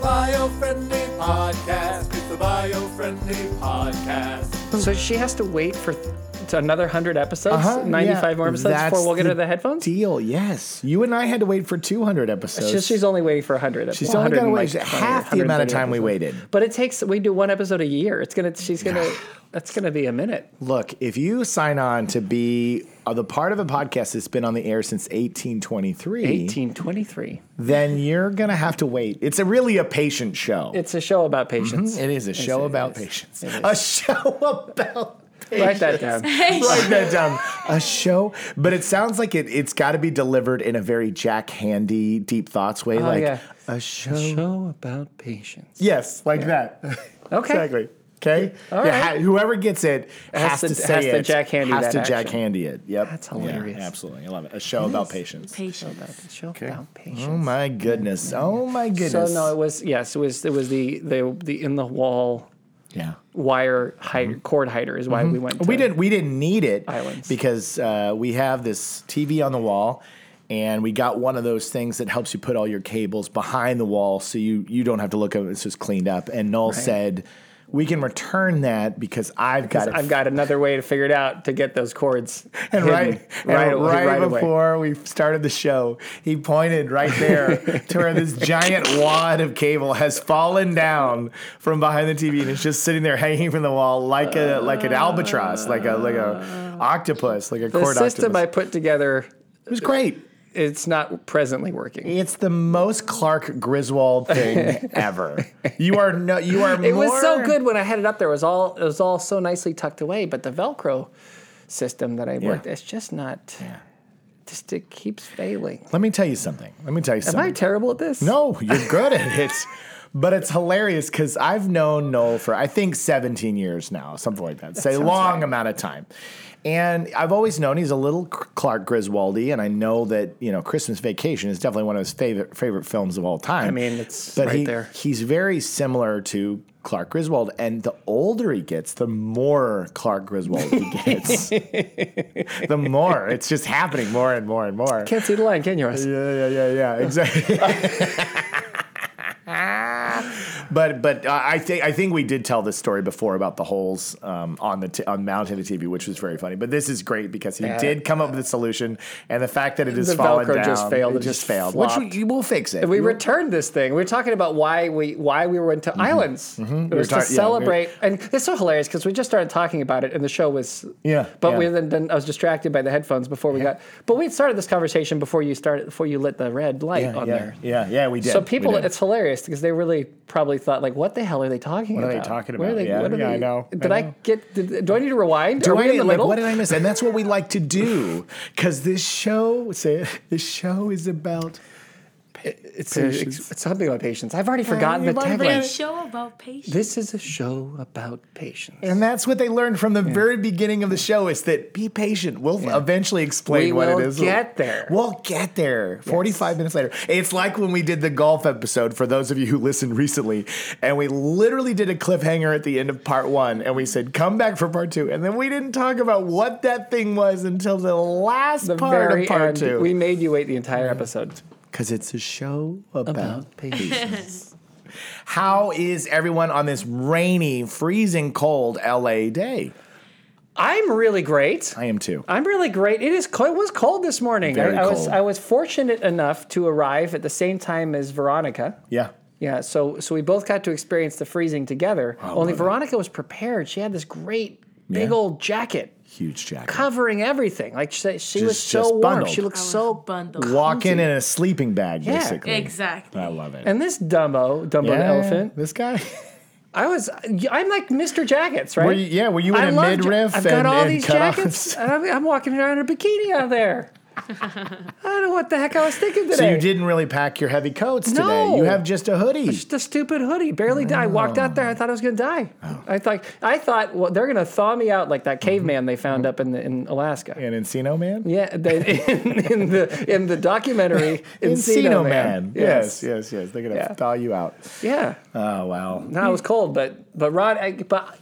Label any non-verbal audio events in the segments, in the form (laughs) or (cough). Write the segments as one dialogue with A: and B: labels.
A: bio-friendly podcast. It's the bio-friendly podcast.
B: So she has to wait for th- to another 100 episodes,
C: Uh-huh,
B: 95
C: yeah.
B: more episodes
C: That's
B: before we'll get
C: the
B: her the headphones?
C: Deal, yes. You and I had to wait for 200
B: It's
C: episodes.
B: just she's only waiting for 100.
C: She's
B: well, 100
C: only got to
B: and
C: wait
B: like 20 or
C: half the amount of
B: 130
C: time we
B: episodes.
C: waited.
B: But it takes we do one episode a year. It's going to she's going to that's going to be a minute.
C: Look, if you sign on to be uh, the part of a podcast that's been on the air since 1823,
B: 1823.
C: then you're going to have to wait. It's a really a patient show.
B: It's a show about patience.
C: Mm-hmm. It is a show
B: it
C: about
B: is.
C: patience. A show (laughs) about
B: Write that down.
C: Write that down. A show, but it sounds like it. It's got to be delivered in a very Jack Handy, deep thoughts way, like
B: Oh, yeah.
C: a show.
B: show about patience.
C: Yes,
B: (laughs)
C: like that.
B: Okay.
C: exactly. Okay.
B: All
C: yeah,
B: right.
C: ha- whoever gets it
B: Has
C: has,
B: to-
C: to, say
B: has
C: it.
B: to Jack Handy
C: Has
B: that
C: to
B: action.
C: Jack Handy it. Yep.
B: That's
C: Yeah,
B: hilarious.
C: absolutely, I love it. A show about patience.
B: About
D: Patience.
B: the show
C: Okay.
B: about patience.
C: Oh my goodness. Oh my
B: so
C: goodness.
B: no, it was yes, it was it was the the the in the wall
C: yeah.
B: wire hider, cord hider is why we went. To,
C: Mm-hmm. We didn't. We didn't need it
B: Islands.
C: because uh, we have this TV on the wall, and we got one of those things that helps you put all your cables behind the wall, so you you don't have to look at it. It's just cleaned up. And Noel said, "We can return that because I've got it."
B: I've got another way to figure it out to get those cords.
C: (laughs) and
B: hidden
C: right, and
B: right, away-
C: right,
B: right away.
C: before we started the show, he pointed right there to where this giant wad of cable has fallen down from behind the TV and it's just sitting there hanging from the wall like a like an albatross, like a like a octopus, like a
B: The
C: cord
B: system I
C: octopus.
B: put together,
C: it was great.
B: it's not presently working.
C: It's the most Clark Griswold (laughs) thing ever. You are no, you are.
B: It was so good when I had it up there. It was all it was all so nicely tucked away. But the Velcro system that I worked, it's just not. Just it keeps failing.
C: Let me tell you something. Let me tell you
B: Am
C: something.
B: I terrible at this?
C: (laughs) No, you're good at it. But it's hilarious because I've known Noel for I think 17 years now, something like that. It's a long amount of time. And I've always known he's a little C- Clark Griswoldy, and I know that you know Christmas Vacation is definitely one of his favorite favorite films of all time. I
B: mean, it's
C: but
B: right
C: he-
B: there.
C: He's very similar to Clark Griswold, and the older he gets, the more Clark Griswold he
B: (laughs)
C: gets. the more it's just happening more and more and more.
B: Can't see the line, can you?
C: (laughs)
B: Russ?
C: Yeah, yeah, yeah, yeah, exactly. (laughs) but but uh, I think I think we did tell this story before about the holes um, on the t- on mounted the TV, which was very funny. But this is great because he did come up with a solution, and the fact that it has
B: The
C: fallen
B: Velcro
C: down,
B: just failed.
C: It
B: It
C: just,
B: just
C: failed.
B: flopped.
C: Which we, will fix it.
B: We returned this thing. We were talking about why we why we went to islands. It was to
C: were talk- yeah, Mm-hmm. we were-
B: celebrate, and it's so hilarious because we just started talking about it, and the show was
C: Yeah,
B: But
C: yeah.
B: we then, then I was distracted by the headphones before we got. But we had started this conversation before you started before you lit the red light
C: yeah,
B: on
C: yeah,
B: there.
C: yeah, yeah, we did.
B: So
C: We
B: people,
C: did.
B: it's hilarious because they really probably thought like, "What the hell are they talking
C: are
B: about?
C: they talking
B: Where
C: about?
B: Are they,
C: Yeah,
B: what are
C: yeah, I
B: they-
C: know, I
B: Did I,
C: know.
B: get? Did, do I need to rewind? are
C: Do
B: we
C: I,
B: in the
C: like,
B: middle?
C: what did I miss? And that's what we like to do because this show, say it, this show is about
B: it's, a-
C: Patience.
B: it's something about patience. I've already forgotten
C: you
B: the
C: might have forgotten
B: tagline.
C: it.
D: Show about patience.
B: This is a show about patience.
C: And that's what they learned from the very beginning of the show is that be patient. We'll eventually explain
B: We
C: what
B: will
C: it is.
B: get there.
C: We'll get there. 45 minutes later. It's like when we did the golf episode for those of you who listened recently and we literally did a cliffhanger at the end of part 1 and we said come back for part 2 and then we didn't talk about what that thing was until the last
B: the
C: part
B: very
C: of part
B: end,
C: 2
B: we made you wait the entire episode.
C: cuz it's a show about,
B: patience.
C: how is everyone on this rainy, freezing cold LA day?
B: I'm really great.
C: I am too.
B: I'm really great. It is cold. It was cold this morning.
C: Very
B: I, I was
C: cold.
B: I was fortunate enough to arrive at the same time as Veronica.
C: yeah.
B: Yeah, so so we both got to experience the freezing together. Only Veronica was prepared. She had this great big
C: Yeah.
B: old jacket
C: Huge jacket.
B: covering everything. Like she, she was
C: Just-
B: so
C: just
B: warm.
C: bundled.
B: She looked
D: I was
B: so
D: bundled. (laughs)
C: Walk in in a sleeping bag,
B: Yeah.
C: basically.
D: Exactly.
C: I love it.
B: And this Dumbo, Dumbo the elephant.
C: This guy.
B: I was I'm like Mr. Jackets, right?
C: (laughs) Were you, yeah, were you in
B: I
C: a
B: love ja-
C: midriff?
B: I've
C: and,
B: got all
C: and
B: these
C: cutoffs?
B: jackets. and I'm, I'm walking around in a bikini out there. I don't know what the heck I was thinking today.
C: (laughs) So you didn't really pack your heavy coats
B: No.
C: today. You have just a hoodie.
B: Just a stupid hoodie. Barely died. I walked out there. I thought I was going to die.
C: Oh.
B: I thought I thought well they're going to thaw me out like that
C: Mm-hmm.
B: caveman they found up in the, in Alaska. Yeah.
C: An Encino man?
B: they, (laughs) in, in the in the
C: (laughs)
B: documentary Encino, Man.
C: Yes. yes, yes, They're gonna
B: Yeah.
C: thaw you out.
B: Yeah.
C: Oh wow.
B: No, it was cold, but but Rod, I, but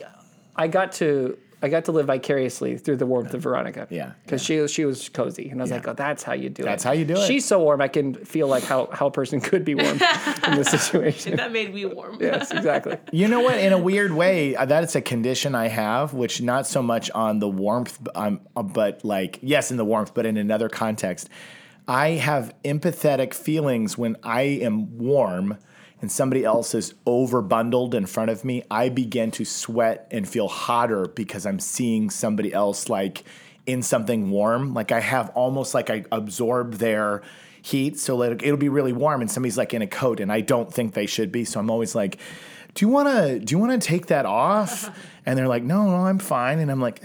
B: I got to I got to live vicariously through the warmth of Veronica.
C: Yeah,
B: because she she was cozy, and I was like, oh, that's how you do it.
C: That's how you do it.
B: She's so warm, I can feel like how how a person could be warm in this (laughs) situation.
D: That made me warm.
B: yes, exactly.
C: You know what? In a weird way, uh, that's a condition I have, which not so much on the warmth, um, uh, but like, yes, in the warmth, but in another context. I have empathetic feelings when I am warm and somebody else is overbundled in front of me. I begin to sweat and feel hotter because I'm seeing somebody else like in something warm. Like I have almost like I absorb their heat. So like it'll be really warm and somebody's like in a coat and I don't think they should be. So I'm always like, do you wanna do you wanna take that off? And they're like, no, no, I'm fine. And I'm like, (laughs)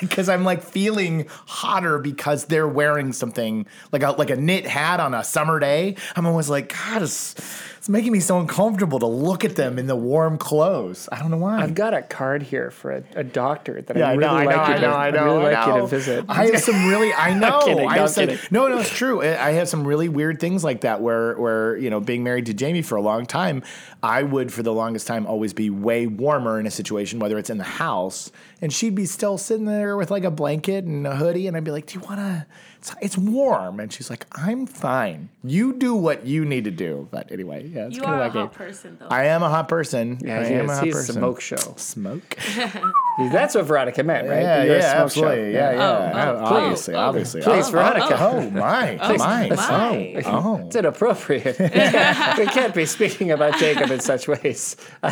C: because I'm like feeling hotter because they're wearing something like a like a knit hat on a summer day. I'm always like, God, it's, it's making me so uncomfortable to look at them in the warm clothes. I don't know why.
B: I've got a card here for a, a doctor that
C: Yeah,
B: I
C: I
B: really
C: know, I know,
B: like you
C: I
B: to-
C: know, I
B: I'd
C: know,
B: really
C: I
B: like you
C: know.
B: to visit.
C: I have some really, I know,
B: kidding,
C: I
B: no, (laughs) I'm
C: have some,
B: kidding.
C: no, no, it's true. I I have some really weird things like that where, where you know, being married to Jamie for a long time, I would for the longest time always be way warmer in a situation, whether it's in the house, and she'd be still sitting there with like a blanket and a hoodie, and I'd be like, "Do you want to?" It's, it's warm, and she's like, "I'm fine. You do what you need to do." But anyway, yeah, it's
D: (laughs) You
C: kind
D: are a
C: of like
D: hot
C: it.
D: person, though.
C: I am a hot person.
B: yeah,
C: I
B: he
C: am a
B: is.
C: hot
B: He's
C: person.
B: a smoke show.
C: Smoke.
B: That's what Veronica meant, right?
C: Yeah,
B: You're
C: yeah,
B: a smoke
C: absolutely.
B: show.
C: Yeah, yeah.
D: Oh, oh, oh,
C: obviously,
D: oh.
C: obviously.
B: Please,
C: oh,
B: Veronica.
C: Oh,
D: (laughs)
C: my, my,
D: my.
C: oh,
B: It's
D: (laughs)
B: inappropriate. (laughs) we can't be speaking about Jacob in such ways. I, I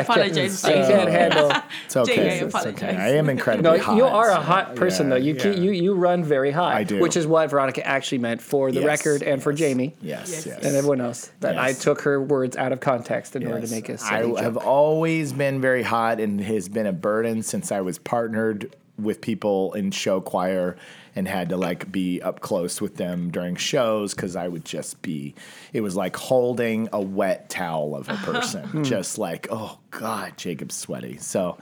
D: apologize,
B: Can't, I
D: Jacob.
B: can't handle.
C: It's okay.
D: Jay, I
C: it's okay.
D: apologize.
C: I am incredibly
B: (laughs) No,
C: hot.
B: you are a
C: so,
B: hot person
C: yeah,
B: though. You keep,
C: yeah.
B: you you run very hot.
C: I do.
B: Which is what Veronica actually meant for the
C: Yes,
B: record and for
C: yes,
B: Jamie
C: Yes,
D: Yes,
C: yes.
B: and everyone else. That I
C: Yes.
B: took her words out of context in order
C: Yes.
B: to make a
C: I
B: silly joke.
C: have always been very hot and has been a burden since I was partnered with people in show choir and had to like be up close with them during shows because I would just be it was like holding a wet
B: (laughs)
C: towel of a
B: Hmm.
C: person. just like, oh God, Jacob's sweaty. So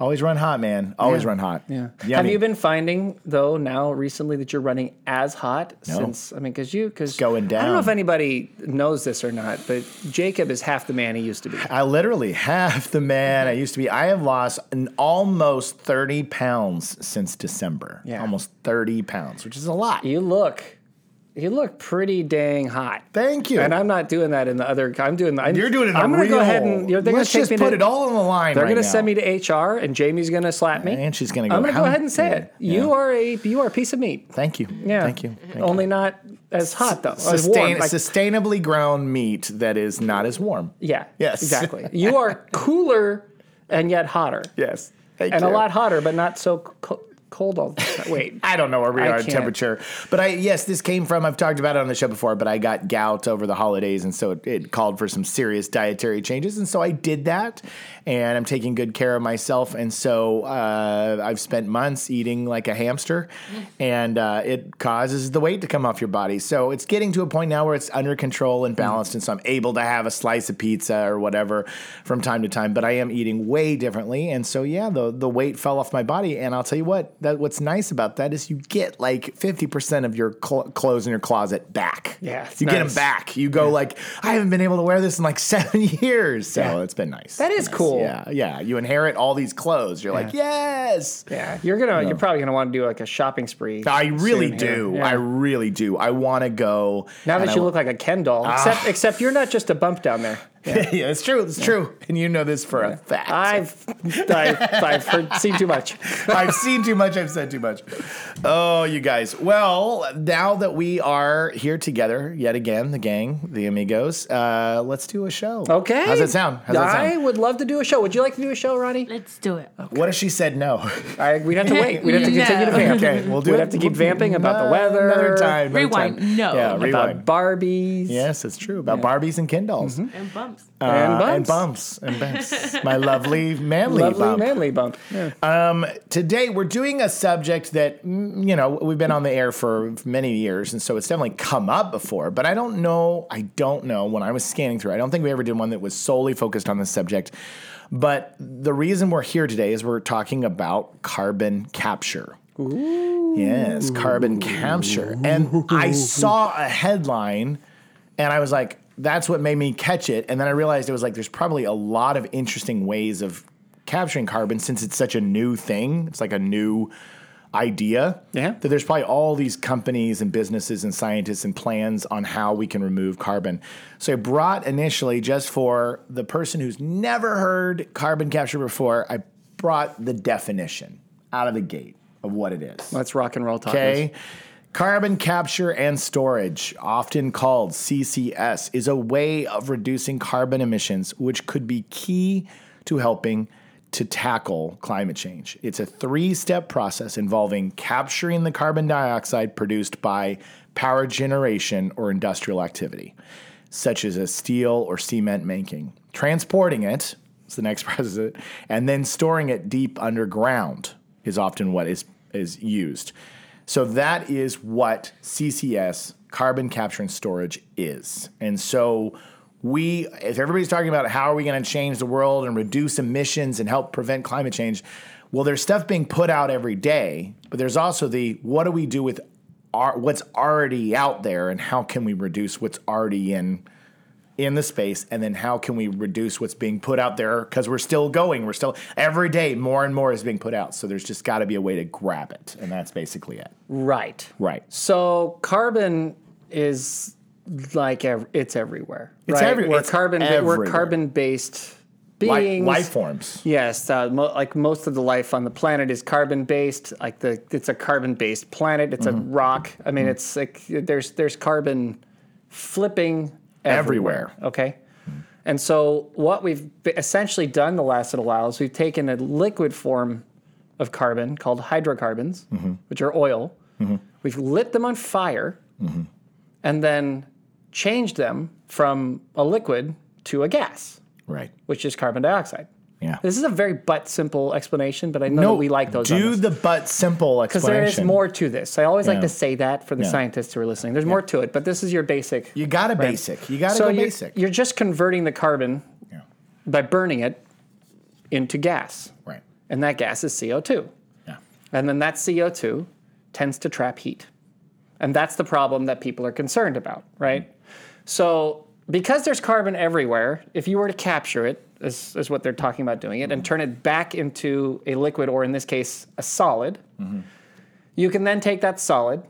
C: always run hot, man. Always
B: Yeah.
C: run hot.
B: Yeah. Have
C: Yummy.
B: you been finding though now recently that you're running as hot
C: No.
B: since I mean because you because
C: going
B: I don't know
C: down.
B: if anybody knows this or not, but Jacob is half the man he used to be.
C: I literally half the man I used to be. I have lost an almost 30 pounds since December.
B: Yeah.
C: Almost 30 pounds, which is a lot.
B: You look, you look pretty dang hot.
C: Thank you.
B: And I'm not doing that in the other. I'm doing. I'm,
C: You're doing it.
B: I'm
C: I'm
B: gonna go ahead and you're, they're
C: let's
B: gonna take
C: just
B: me
C: put
B: to,
C: it all on the line.
B: They're
C: right
B: gonna
C: now.
B: send me to HR, and Jamie's gonna slap me.
C: and she's gonna go.
B: I'm gonna
C: "How
B: go
C: m-
B: ahead and say
C: yeah,
B: it.
C: yeah.
B: You are a you are a piece of meat.
C: Thank you.
B: Yeah.
C: Thank you. Thank
B: Only
C: you.
B: not as hot though. as
C: Sustain-
B: warm. Like-
C: sustainably ground meat that is not as warm.
B: yeah.
C: Yes.
B: Exactly. You
C: (laughs)
B: are cooler and yet hotter.
C: Yes. Thank
B: and a
C: you.
B: lot hotter, but not so co- cold all the time.
C: (laughs)
B: Wait.
C: I don't know where we
B: I
C: are in
B: can't.
C: temperature, but I yes, this came from. I've talked about it on the show before, but I got gout over the holidays, and so it, it called for some serious dietary changes, and so I did that, and I'm taking good care of myself, and so uh, I've spent months eating like a hamster,
B: Mm.
C: and uh, it causes the weight to come off your body. So it's getting to a point now where it's under control
B: Hmm.
C: and balanced, and so I'm able to have a slice of pizza or whatever from time to time. But I am eating way differently, and so yeah, the the weight fell off my body. And I'll tell you what, that what's nice about that is you get like fifty percent of your cl- clothes in your closet back.
B: Yeah, it's
C: you get
B: nice.
C: them back. You go like, I haven't been able to wear this in like (laughs) seven years, so
B: Yeah.
C: it's been nice.
B: That is
C: Nice.
B: cool.
C: Yeah, yeah. You inherit all these clothes. You're like, yes.
B: Yeah. You're gonna. You're probably gonna want to do like a shopping spree.
C: I
B: soon
C: really
B: here.
C: do.
B: Yeah.
C: I really do. I want to go.
B: Now
C: and
B: that
C: I Ah.
B: you
C: wa-
B: look like a Ken doll, except except you're not just a bump down there.
C: yeah. it's true. It's true. And you know this for a fact.
B: I've I've, I've heard, seen too much.
C: (laughs) I've seen too much. I've said too much. Oh, you guys. Well, now that we are here together yet again, the gang, the amigos, uh, let's do a show.
B: Okay.
C: How's that sound? How's that
B: I
C: sound?
B: would love to do a show. Would you like to do a show, Ronnie?
D: Let's do it.
C: What if she
B: (laughs)
C: said no?
B: I, we'd have to wait. We'd have to continue to
D: No.
B: vamp.
C: okay, we'll do
B: We'd
C: it.
B: have to keep vamping about the
C: Ano-
B: weather.
C: Another time. another
D: Rewind.
C: time.
D: No.
C: Yeah, (laughs)
D: About
C: rewind.
B: About Barbies.
C: yes, it's true. About Barbies and Ken dolls.
B: Mm-hmm.
D: And bumps.
C: Uh, and bumps. And
B: (laughs)
C: bumps. My lovely manly
B: Lovely
C: bump.
B: manly bump. Yeah.
C: Um, today we're doing a subject that mm, you know we've been on the air for many years, and so it's definitely come up before. But I don't know. I don't know when I was scanning through. I don't think we ever did one that was solely focused on this subject. But the reason we're here today is we're talking about carbon capture. Yes, carbon capture. And I saw a headline and I was like, that's what made me catch it. And then I realized it was like, there's probably a lot of interesting ways of capturing carbon, since it's such a new thing, it's like a new idea.
B: Yeah.
C: That there's probably all these companies and businesses and scientists and plans on how we can remove carbon. So I brought initially just for the person who's never heard carbon capture before, I brought the definition out of the gate of what it is.
B: Let's rock and roll talk.
C: Okay. Carbon capture and storage, often called CCS, is a way of reducing carbon emissions, which could be key to helping to tackle climate change. It's a three step process involving capturing the carbon dioxide produced by power generation or industrial activity, such as a steel or cement making, transporting it, is the next (laughs) process, and then storing it deep underground is often what is, is used. So that is what CCS, carbon capture and storage, is. And so we, if everybody's talking about how are we going to change the world and reduce emissions and help prevent climate change, well, there's stuff being put out every day, but there's also the what do we do with our, what's already out there and how can we reduce what's already in in the space and then how can we reduce what's being put out there because we're still going we're still every day more and more is being put out so there's just got to be a way to grab it and that's basically it
B: Right.
C: right
B: So carbon is like ev- it's everywhere.
C: It's
B: right?
C: every-
B: We're
C: it's
B: carbon. We're
C: everywhere.
B: carbon based
C: Li-
B: beings.
C: life forms
B: Yes, uh, mo- like most of the life on the planet is carbon based. Like the it's a carbon based planet. It's a rock. I mean, it's like there's there's carbon flipping everywhere.
C: Everywhere.
B: Okay. And so what we've b- essentially done the last little while is we've taken a liquid form of carbon called hydrocarbons, which are oil. We've lit them on fire and then changed them from a liquid to a gas,
C: right
B: which is carbon dioxide.
C: yeah
B: This is a very but simple explanation, but I know that we like those.
C: do the but simple
B: because there is
C: explanation
B: more to this. I always like to
C: Yeah.
B: say that for the
C: Yeah.
B: scientists who are listening. There's more to it, but this is your basic.
C: you gotta basic you gotta
B: so
C: go
B: you're,
C: basic
B: you're just converting the carbon
C: yeah.
B: by burning it into gas,
C: right
B: and that gas is CO2,
C: yeah
B: and then that CO2 tends to trap heat, and that's the problem that people are concerned about, right? So because there's carbon everywhere, if you were to capture it, is, is what they're talking about doing it, and turn it back into a liquid or in this case a solid, you can then take that solid,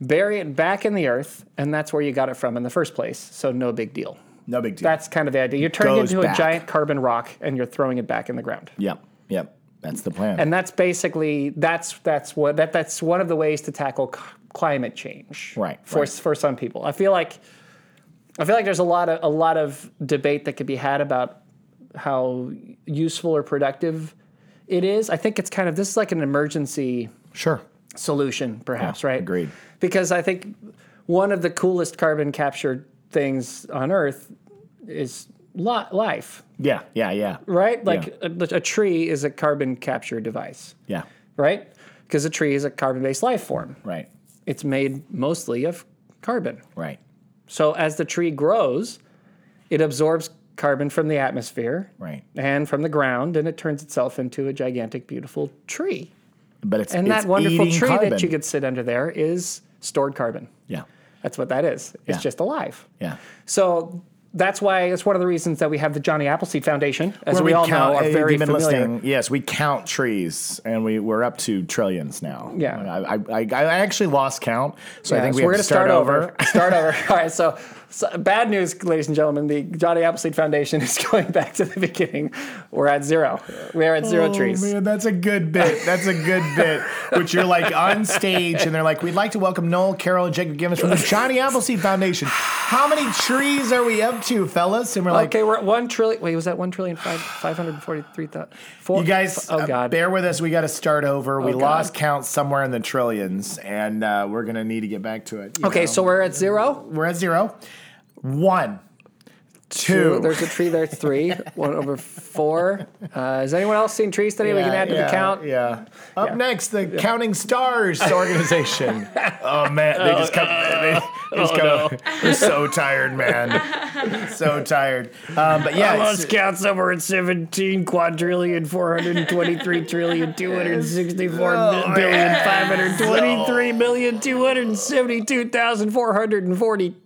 B: bury it back in the earth, and that's where you got it from in the first place. So no big deal.
C: no big deal
B: That's kind of the idea. You're turning it
C: goes
B: into a
C: back.
B: giant carbon rock and you're throwing it back in the ground.
C: yep yep that's the plan
B: And that's basically that's that's what that that's one of the ways to tackle c- climate change.
C: Right,
B: For
C: right.
B: for some people, I feel like I feel like there's a lot of a lot of debate that could be had about how useful or productive it is. I think it's kind of this is like an emergency
C: sure
B: solution, perhaps,
C: Yeah,
B: right?
C: agreed.
B: Because I think one of the coolest carbon capture things on Earth is li- life,
C: yeah yeah yeah
B: right? Like a, a tree is a carbon capture device,
C: yeah
B: right? Because a tree is a carbon based life form.
C: right
B: It's made mostly of carbon.
C: right
B: So as the tree grows, it absorbs carbon from the atmosphere
C: right
B: and from the ground, and it turns itself into a gigantic, beautiful tree.
C: but it's
B: And
C: it's
B: that wonderful
C: eating
B: tree
C: carbon.
B: that you could sit under there is stored carbon.
C: yeah
B: That's what that is. It's
C: Yeah.
B: just alive.
C: yeah
B: So that's why it's one of the reasons that we have the Johnny Appleseed Foundation, as
C: Where
B: we, all
C: count-
B: know, are
C: if
B: very
C: you've been
B: familiar.
C: listening, Yes, we count trees, and we we're up to trillions now.
B: Yeah.
C: I I, I, I actually lost count, so I think
B: Yeah, so
C: we have
B: we're
C: to
B: gonna
C: start, over.
B: start over. (laughs) All right. So, so bad news, ladies and gentlemen. The Johnny Appleseed Foundation (laughs) is going back to the beginning. We're at zero. We are at zero trees.
C: Oh, Man, that's a good bit. That's a good bit. Which you're like on stage, and they're like, "We'd like to welcome Noel, Carol, and Jacob Gibbons from the Johnny Appleseed Foundation. How many trees are we up to, fellas?" And we're like,
B: okay, we're at one trillion. Wait, was that one trillion five five hundred forty-three thousand?
C: You guys,
B: oh
C: uh,
B: god, Oh,
C: bear with us. We got to start over. we
B: God.
C: lost count somewhere in the trillions, and uh, we're gonna need to get back to it. you
B: okay,
C: know?
B: so we're at zero.
C: We're at zero. One, two.
B: There's a tree there. It's three. One over four. Uh, has anyone else seen trees today? we can
C: Yeah,
B: add to
C: yeah,
B: the count.
C: Yeah. Up next, the Counting
B: (laughs)
C: Stars organization. oh man, they just come.
B: Oh,
C: They, they (laughs) just go. They're so tired, man.
B: (laughs)
C: so tired. Um, but yeah,
B: Oh,
C: it's-
B: counts over at 17 quadrillion,
C: (laughs)
B: 423 trillion, 264
C: Oh, billion, yeah.
B: 523 million, 272,440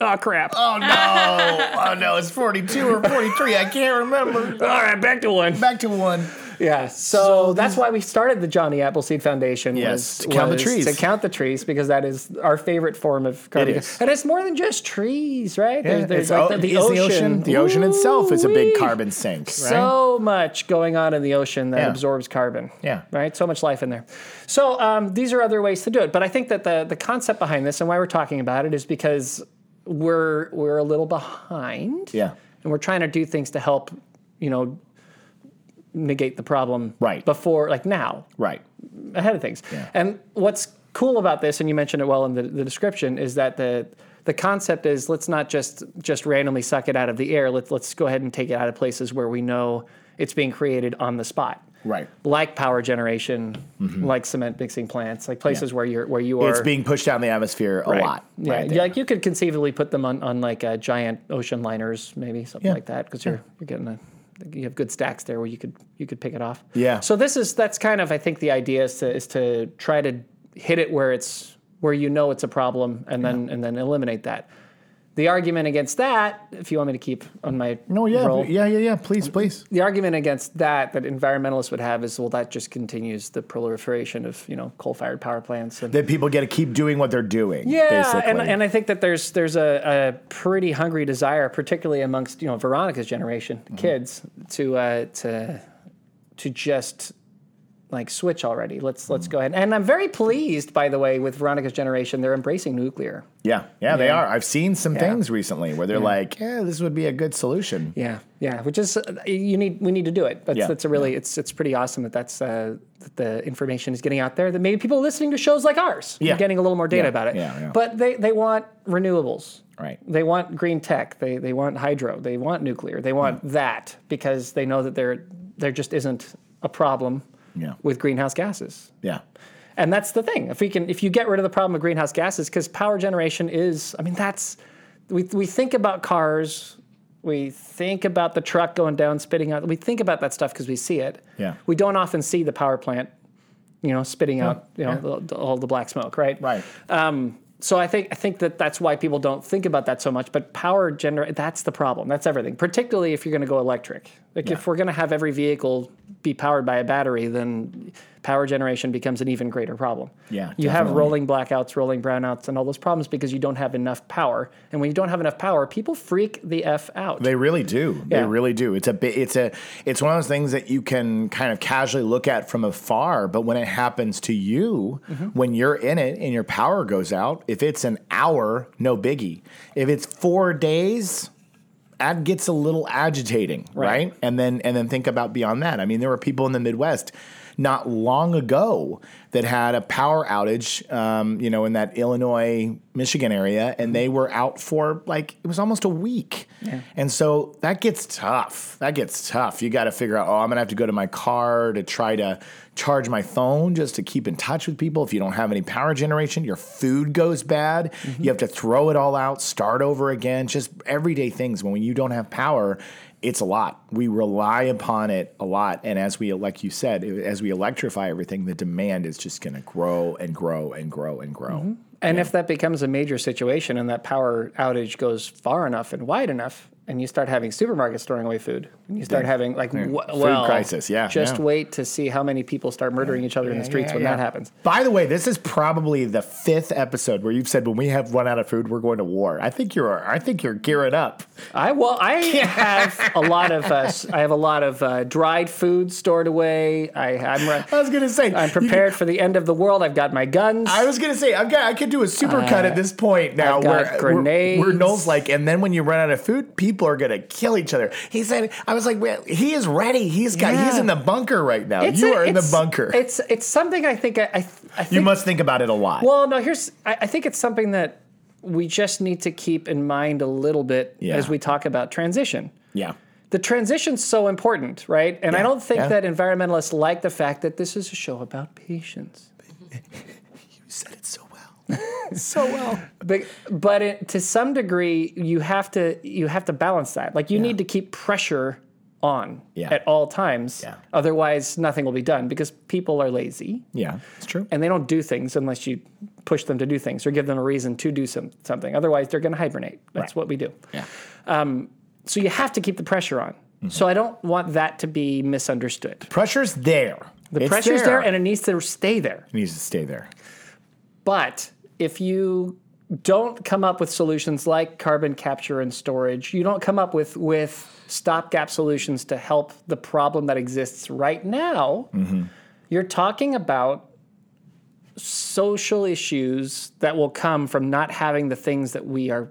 B: Oh crap!
C: Oh no! oh no! It's forty-two or forty-three. I can't remember.
B: All right, back to one.
C: Back to one.
B: Yeah. So, that's why we started the Johnny Appleseed Foundation. was,
C: Yes, to count the
B: was
C: trees.
B: To count the trees because that is our favorite form of carbon.
C: is.
B: And it's more than just trees, right? There-
C: Yeah,
B: there's
C: it's
B: like
C: o-
B: the, the
C: it's
B: ocean.
C: The ocean itself is a big
B: Ooh-wee.
C: carbon sink, right?
B: So much going on in the ocean that
C: Yeah.
B: absorbs carbon.
C: Yeah.
B: Right? So much life in there. So um, these are other ways to do it. But I think that the, the concept behind this and why we're talking about it is because we're we're a little behind.
C: Yeah.
B: And we're trying to do things to help, you know, negate the problem
C: Right.
B: before like now
C: right.
B: ahead of things.
C: Yeah.
B: And what's cool about this, and you mentioned it well in the, the description, is that the the concept is let's not just just randomly suck it out of the air. Let's let's go ahead and take it out of places where we know it's being created on the spot.
C: Right. Mm-hmm.
B: Like power generation, like cement mixing plants, like places where you're where you are
C: It's being pushed out in the atmosphere a lot.
B: yeah,
C: right
B: yeah,
C: there.
B: like you could conceivably put them on, on like uh, giant ocean liners, maybe something
C: Yeah,
B: like that, because you're you're getting a you have good stacks there where you could you could pick it off.
C: Yeah.
B: So this is that's kind of I think the idea is to is to try to hit it where it's where you know it's a problem and then and then eliminate that. The argument against that, if you want me to keep on my
C: No, yeah,
B: roll,
C: yeah, yeah, yeah. Please, please.
B: the argument against that that environmentalists would have is well that just continues the proliferation of you know coal fired power plants and
C: That people get to keep doing what they're doing.
B: yeah,
C: basically.
B: and, and I think that there's there's a, a pretty hungry desire, particularly amongst you know Veronica's generation
C: Mm-hmm.
B: kids, to uh, to to just like switch already. Let's
C: Mm-hmm.
B: let's go ahead. And I'm very pleased, by the way, with Veronica's generation. They're embracing nuclear.
C: yeah, yeah, they are. I've seen some things recently where they're like, "Yeah, this would be a good solution."
B: Yeah, yeah. Which is uh, you need. We need to do it. That's
C: Yeah,
B: that's a really it's it's pretty awesome that that's uh, that the information is getting out there. That maybe people listening to shows like ours are
C: Yeah.
B: getting a little more data
C: Yeah,
B: about it.
C: yeah, yeah.
B: But they they want renewables.
C: Right.
B: They want green tech. They they want hydro. They want nuclear. They want that because they know that there there just isn't a problem
C: Yeah.
B: with greenhouse gases.
C: Yeah.
B: And that's the thing. If we can, if you get rid of the problem of greenhouse gases, because power generation is, I mean, that's we we think about cars, we think about the truck going down, spitting out. We think about that stuff because we see it.
C: Yeah.
B: We don't often see the power plant, you know, spitting out, you know, the- the- all the black smoke, right?
C: Right.
B: Um, so I think I think that that's why people don't think about that so much. But power generate that's the problem. That's everything. Particularly if you're going to go electric. Like if we're going to have every vehicle be powered by a battery, then power generation becomes an even greater problem.
C: Yeah,
B: You have
C: definitely.
B: rolling blackouts, rolling brownouts, and all those problems because you don't have enough power. And when you don't have enough power, people freak the f out.
C: They really do. They
B: Yeah.
C: really do. It's a bit. It's a. It's one of those things that you can kind of casually look at from afar, but when it happens to you,
B: Mm-hmm.
C: when you're in it and your power goes out, if it's an hour, no biggie. If it's four days, that gets a little agitating, right? And then and then think about beyond that. I mean, there were people in the Midwest not long ago that had a power outage, um, you know, in that Illinois Michigan area, and they were out for like it was almost a week. And so that gets tough. That gets tough. You got to figure out, oh, I'm gonna have to go to my car to try to charge my phone just to keep in touch with people. If you don't have any power generation, your food goes bad.
B: Mm-hmm.
C: You have to throw it all out, start over again. Just everyday things. When you don't have power, it's a lot. We rely upon it a lot. And as we, like you said, as we electrify everything, the demand is just going to grow and grow and grow and grow.
B: And if that becomes a major situation and that power outage goes far enough and wide enough, and you start having supermarkets throwing away food, and you start having like wh- well,
C: crisis, yeah,
B: Just
C: yeah.
B: wait to see how many people start murdering each other in the streets
C: yeah,
B: when
C: yeah.
B: that happens.
C: By the way, this is probably the fifth episode where you've said when we have run out of food, we're going to war. I think you're, I think you're gearing up.
B: I well,
C: (laughs)
B: I have a lot of uh, s- I have a lot of uh, dried food stored away. I, I'm re-
C: I was going to say,
B: I'm
C: you
B: prepared for the end of the world. I've got my guns.
C: I was gonna say I've got I could do a super cut at this point now
B: Uh, got
C: where where- Where,
B: grenades.
C: Noel's like, and then when you run out of food, people are gonna kill each other. He said, I was like, well, he is ready. He's got he's
B: Yeah.
C: in the bunker right now.
B: It's
C: you
B: a-
C: are in the
B: it's-
C: bunker.
B: It's it's something I think I, I, th- I think
C: you must think about it a lot.
B: Well, no, here's I, I think it's something that we just need to keep in mind a little bit
C: Yeah.
B: as we talk about transition.
C: yeah.
B: The transition's so important, right? And I don't think
C: yeah.
B: that environmentalists like the fact that this is a show about patience.
C: You said it so well. so well.
B: But but it, to some degree, you have to you have to balance that. Like you need to keep pressure on
C: Yeah.
B: at all times.
C: Yeah.
B: Otherwise, nothing will be done because people are lazy
C: Yeah, it's true.
B: and they don't do things unless you push them to do things or give them a reason to do some, something. Otherwise, they're going to hibernate. That's
C: Right.
B: what we do.
C: Yeah.
B: So you have to keep the pressure on.
C: Mm-hmm.
B: So I don't want that to be misunderstood.
C: Pressure's there.
B: The
C: It's
B: pressure's there and it needs to stay there.
C: it needs to stay there.
B: But if you don't come up with solutions like carbon capture and storage, you don't come up with with stopgap solutions to help the problem that exists right now,
C: Mm-hmm.
B: you're talking about social issues that will come from not having the things that we are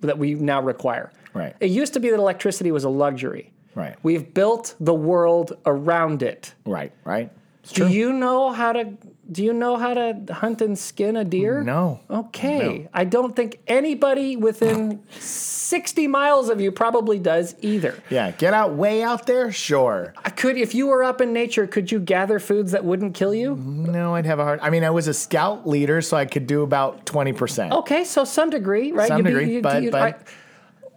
B: that we now require.
C: Right.
B: It used to be that electricity was a luxury.
C: Right.
B: We've built the world around it.
C: Right. Right. It's
B: Do
C: true.
B: you know how to do you know how to hunt and skin a deer?
C: no.
B: Oh. Okay. I don't think anybody within 60 miles of you probably does either.
C: Yeah. Get out way out there. Sure.
B: I could if you were up in nature, could you gather foods that wouldn't kill you?
C: No, I'd have a hard. I mean, I was a scout leader, so I could do about twenty percent.
B: Okay, so some degree, right?
C: Some degree, but- but-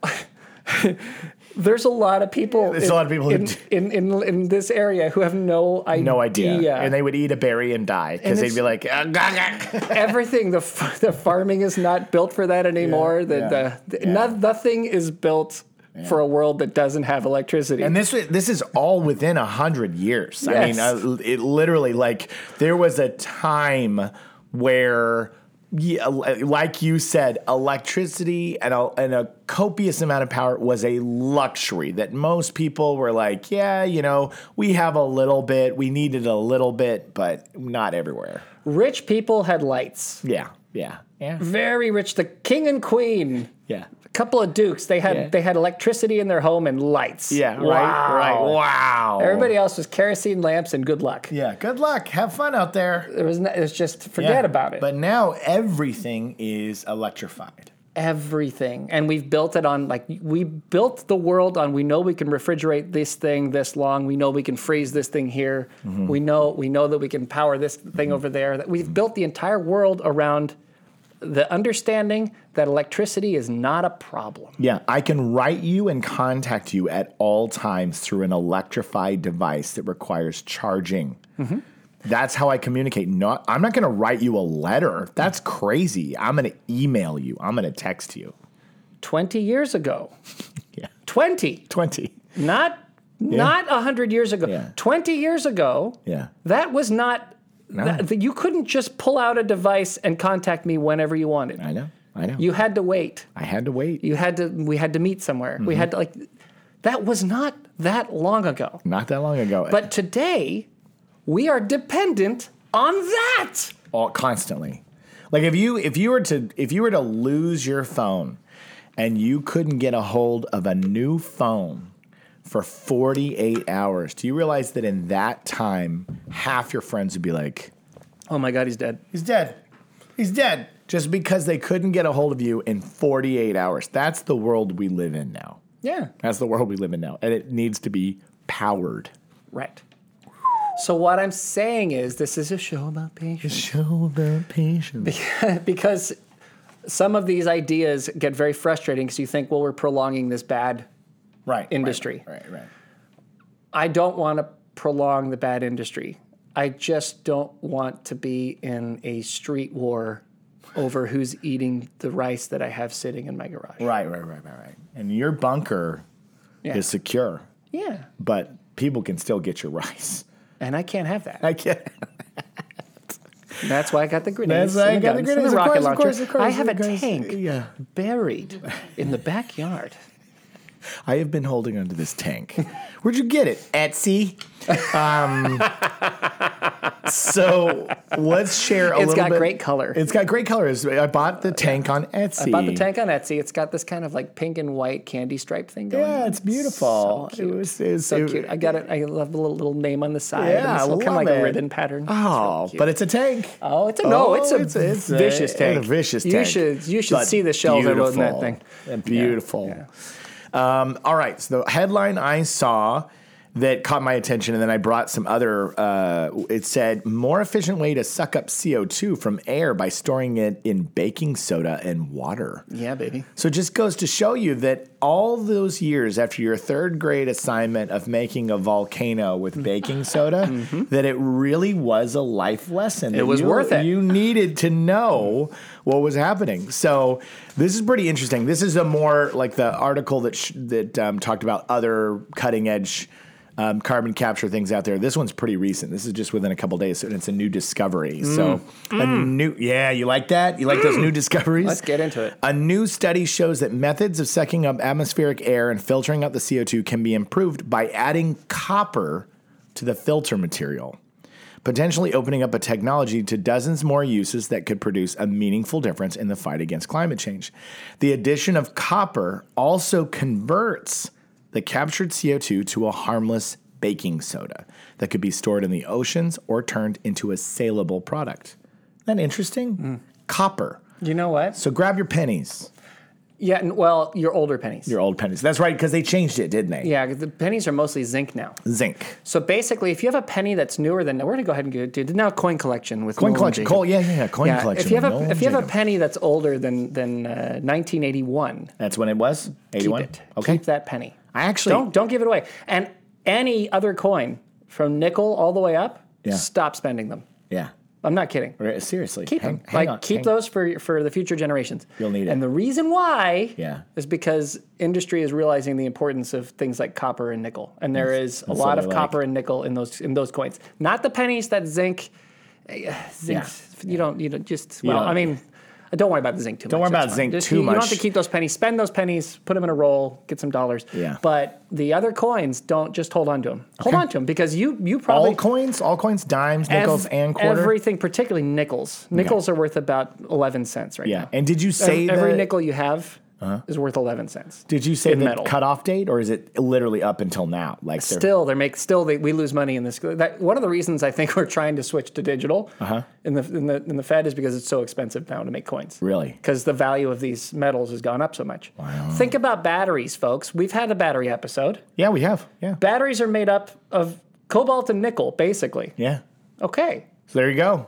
B: I- (laughs) there's a lot of people.
C: There's a lot of people who
B: in,
C: d-
B: in, in, in this area who have no idea.
C: No idea. And they would eat a berry and die because they'd
B: it's-
C: be like, "Ah, gah, gah."
B: everything the f- the farming is not built for that anymore. the,
C: yeah,
B: the, the
C: yeah.
B: no- nothing is built for a world that doesn't have electricity.
C: (laughs) and this this is all within a hundred years. I mean,
B: Yes.
C: uh, it literally like there was a time where. Yeah, uh, like you said, electricity and a, and a copious amount of power was a luxury that most people were like, yeah, you know, we have a little bit, we needed a little bit, but not everywhere.
B: Rich people had lights.
C: Yeah, yeah, yeah,
B: Very rich. The king and queen,
C: yeah.
B: a couple of dukes. They had
C: Yeah.
B: they had electricity in their home and lights.
C: Yeah,
B: Wow.
C: right, right. Wow.
B: Everybody else was kerosene lamps and good luck.
C: Yeah, good luck. Have fun out there.
B: It was no, it was just forget
C: Yeah.
B: about it.
C: But now everything is electrified.
B: everything and we've built it on like we built the world on we know we can refrigerate this thing this long we know we can freeze this thing here
C: Mm-hmm.
B: we know we know that we can power this thing over there that we've built the entire world around the understanding that electricity is not a problem
C: Yeah, I can write you and contact you at all times through an electrified device that requires charging. That's how I communicate. Not, I'm not going to write you a letter. That's crazy. I'm going to email you. I'm going to text you. (laughs)
B: 20 years ago
C: Yeah,
B: 20
C: twenty.
B: not not 100 years ago
C: Yeah.
B: 20 years ago
C: Yeah,
B: that was not that, that you couldn't just pull out a device and contact me whenever you wanted
C: I know. I know.
B: you had to wait
C: I had to wait.
B: you had to we had to meet somewhere
C: Mm-hmm.
B: we had to like that was not that long ago
C: not that long ago.
B: but today we are dependent on that
C: all constantly. Like if you if you were to if you were to lose your phone and you couldn't get a hold of a new phone for 48 hours, do you realize that in that time half your friends would be like,
B: oh my god he's dead
C: "He's dead. He's dead." Just because they couldn't get a hold of you in 48 hours. That's the world we live in now.
B: yeah
C: That's the world we live in now and it needs to be powered.
B: right so what i'm saying is this is a show about patience
C: Show the patience.
B: (laughs) because some of these ideas get very frustrating because you think well we're prolonging this bad
C: Right.
B: Industry.
C: Right, right. right.
B: I don't want to prolong the bad industry. I just don't want to be in a street war over who's eating the rice that I have sitting in my garage.
C: Right, right, right, right, right. And your bunker
B: Yeah.
C: is secure,
B: Yeah.
C: but people can still get your rice. (laughs)
B: And I can't have that.
C: I can't.
B: That's why I got the grenades.
C: why I
B: and
C: got the
B: guns and
C: grenades. Of
B: rocket
C: course, of
B: launcher.
C: course, of course,
B: I have
C: of
B: a
C: course.
B: tank
C: Yeah.
B: buried in the backyard.
C: I have been holding onto
B: (laughs)
C: this tank. Where'd you get it? Etsy. Um, so let's share a
B: It's
C: little
B: got
C: bit-
B: great color.
C: It's got great colors. I bought the tank on Etsy.
B: Bought the tank on Etsy. It's got this kind of like pink and white candy stripe thing going.
C: Yeah,
B: on.
C: it's beautiful.
B: So cute.
C: It was, it was
B: so
C: it-
B: cute. I got it. I love the little, little name on the side.
C: Yeah,
B: and this
C: I
B: little kind of
C: love
B: like a
C: it.
B: ribbon pattern.
C: Oh, but it's a tank.
B: Oh, it's a no. It's a vicious tank.
C: It's a vicious
B: You
C: tank.
B: should you should
C: but
B: see the shells I wrote in that
C: beautiful.
B: thing.
C: And beautiful. Um, all right. So the headline I saw that caught my attention, and then I brought some other. Uh, it said more efficient way to suck up CO two from air by storing it in baking soda and water.
B: Yeah, baby.
C: So it just goes to show you that all those years after your third grade assignment of making a volcano
B: (laughs)
C: with baking soda, that it really was a life lesson. It
B: was worth Mm-hmm. it.
C: You needed to know what was happening. So this is pretty interesting. This is a more like the article that sh- that um, talked about other cutting edge. Um, carbon capture things out there. This one's pretty recent. This is just within a couple days, and it's a new discovery. So,
B: Mm.
C: a new yeah, you like that? You like those new discoveries?
B: Let's get into it.
C: A new study shows that methods of sucking up atmospheric air and filtering out the CO2 can be improved by adding copper to the filter material, potentially opening up a technology to dozens more uses that could produce a meaningful difference in the fight against climate change. The addition of copper also converts the captured CO2 to a harmless baking soda that could be stored in the oceans or turned into a saleable product. Isn't that interesting?
B: Hmm.
C: Copper.
B: You know what?
C: So grab your pennies,
B: Yeah, and, well, your older pennies.
C: your old pennies. That's right, because they changed it, didn't they?
B: yeah, the pennies are mostly zinc now.
C: Zinc.
B: So basically, if you have a penny that's newer than, we're gonna go ahead and get- do the now coin collection with
C: Coin
B: Nolan
C: collection.
B: Jacob.
C: Coal. Yeah, yeah, yeah. Coin
B: Yeah,
C: collection.
B: if you have
C: No
B: a if you have a
C: Jacob.
B: penny that's older than than uh, 1981,
C: that's when it was.
B: keep
C: Eighty-one.
B: it.
C: Okay.
B: Keep that penny.
C: I actually.
B: Don't don't give it away. And any other coin from nickel all the way up,
C: Yeah.
B: stop spending them.
C: Yeah.
B: I'm not kidding.
C: Re- Seriously.
B: Keep
C: hang,
B: them.
C: hang
B: like
C: on,
B: keep
C: hang-
B: those for for the future generations.
C: You'll need it.
B: And the reason why
C: Yeah.
B: is because industry is realizing the importance of things like copper and nickel. And there is a
C: what
B: lot
C: I
B: of
C: like.
B: copper and nickel in those in those coins. Not the pennies that zinc eh, zinc you don't you don't just well,
C: don't-
B: I mean don't worry about the zinc too
C: Don't
B: much.
C: worry about
B: that's fine.
C: zinc
B: Just-
C: too
B: you, You don't
C: much.
B: have to keep those pennies. Spend those pennies, put them in a roll, get some dollars.
C: Yeah.
B: But the other coins, don't just hold on to them. Hold on to them because you you probably
C: All coins, all coins, dimes,
B: Ev-
C: nickels, and quarter.
B: Everything, particularly nickels. Nickels are worth about eleven cents right
C: yeah.
B: now.
C: And did you say Uh-huh.
B: Ev- every
C: the-
B: nickel you have is worth eleven cents.
C: Did you say
B: in
C: the
B: metal.
C: cutoff date, or is it literally up until now? Like they're-
B: Still, they make still they, we lose money in this. That, one of the reasons I think (laughs) we're trying to switch to digital
C: Uh-huh.
B: in the in the in the Fed is because it's so expensive now to make coins.
C: Really?
B: because the value of these metals has gone up so much. Think about batteries, folks. We've had a battery episode.
C: Yeah, we have. Yeah.
B: Batteries are made up of cobalt and nickel, basically.
C: Yeah.
B: Okay,
C: So there you go.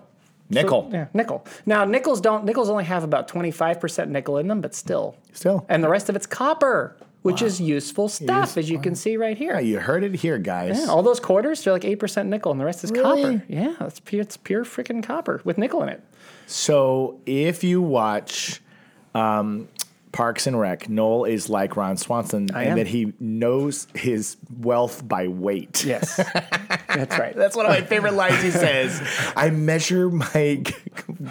C: Nickel.
B: Yeah, nickel. Now nickels don't nickels only have about 25% nickel in them, but still.
C: Still.
B: And the rest of it's copper, which is useful stuff as you can see right here.
C: Yeah, you heard it here, guys.
B: Yeah, all those quarters, they're like 8% nickel and the rest is
C: Really?
B: copper. Yeah, it's pure it's pure freaking copper with nickel in it.
C: So if you watch um, Parks and Rec, Noel is like Ron Swanson,
B: I am.
C: and that he knows his wealth by weight.
B: Yes. (laughs) That's right.
C: That's one of my favorite lines he says. (laughs) I measure my (laughs) g-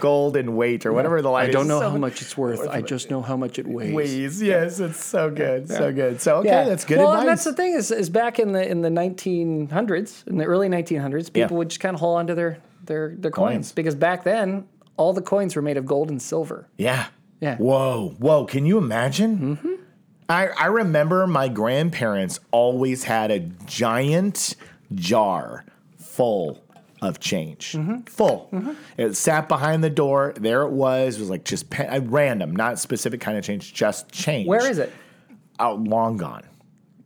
C: gold in weight or whatever (laughs) the line
B: I
C: is.
B: don't know
C: So
B: how much it's worth. I just know how much it weighs.
C: Weighs. Yes, it's so good. So good. So okay,
B: Yeah.
C: that's good
B: well, and that's
C: advice.
B: the thing is, is back in the in the 1900s, in the early 1900s, people
C: Yeah.
B: would just kind of hold onto their their their coins.
C: Coins.
B: because back then all the coins were made of gold and silver.
C: yeah.
B: Yeah.
C: Whoa. Whoa. Can you imagine? Mm-hmm. I, I remember my grandparents always had a giant jar full of change.
B: Mm-hmm.
C: Full. It sat behind the door. There it was. It was like just pa- uh, random, not specific kind of change, just change.
B: Where is it?
C: out long gone,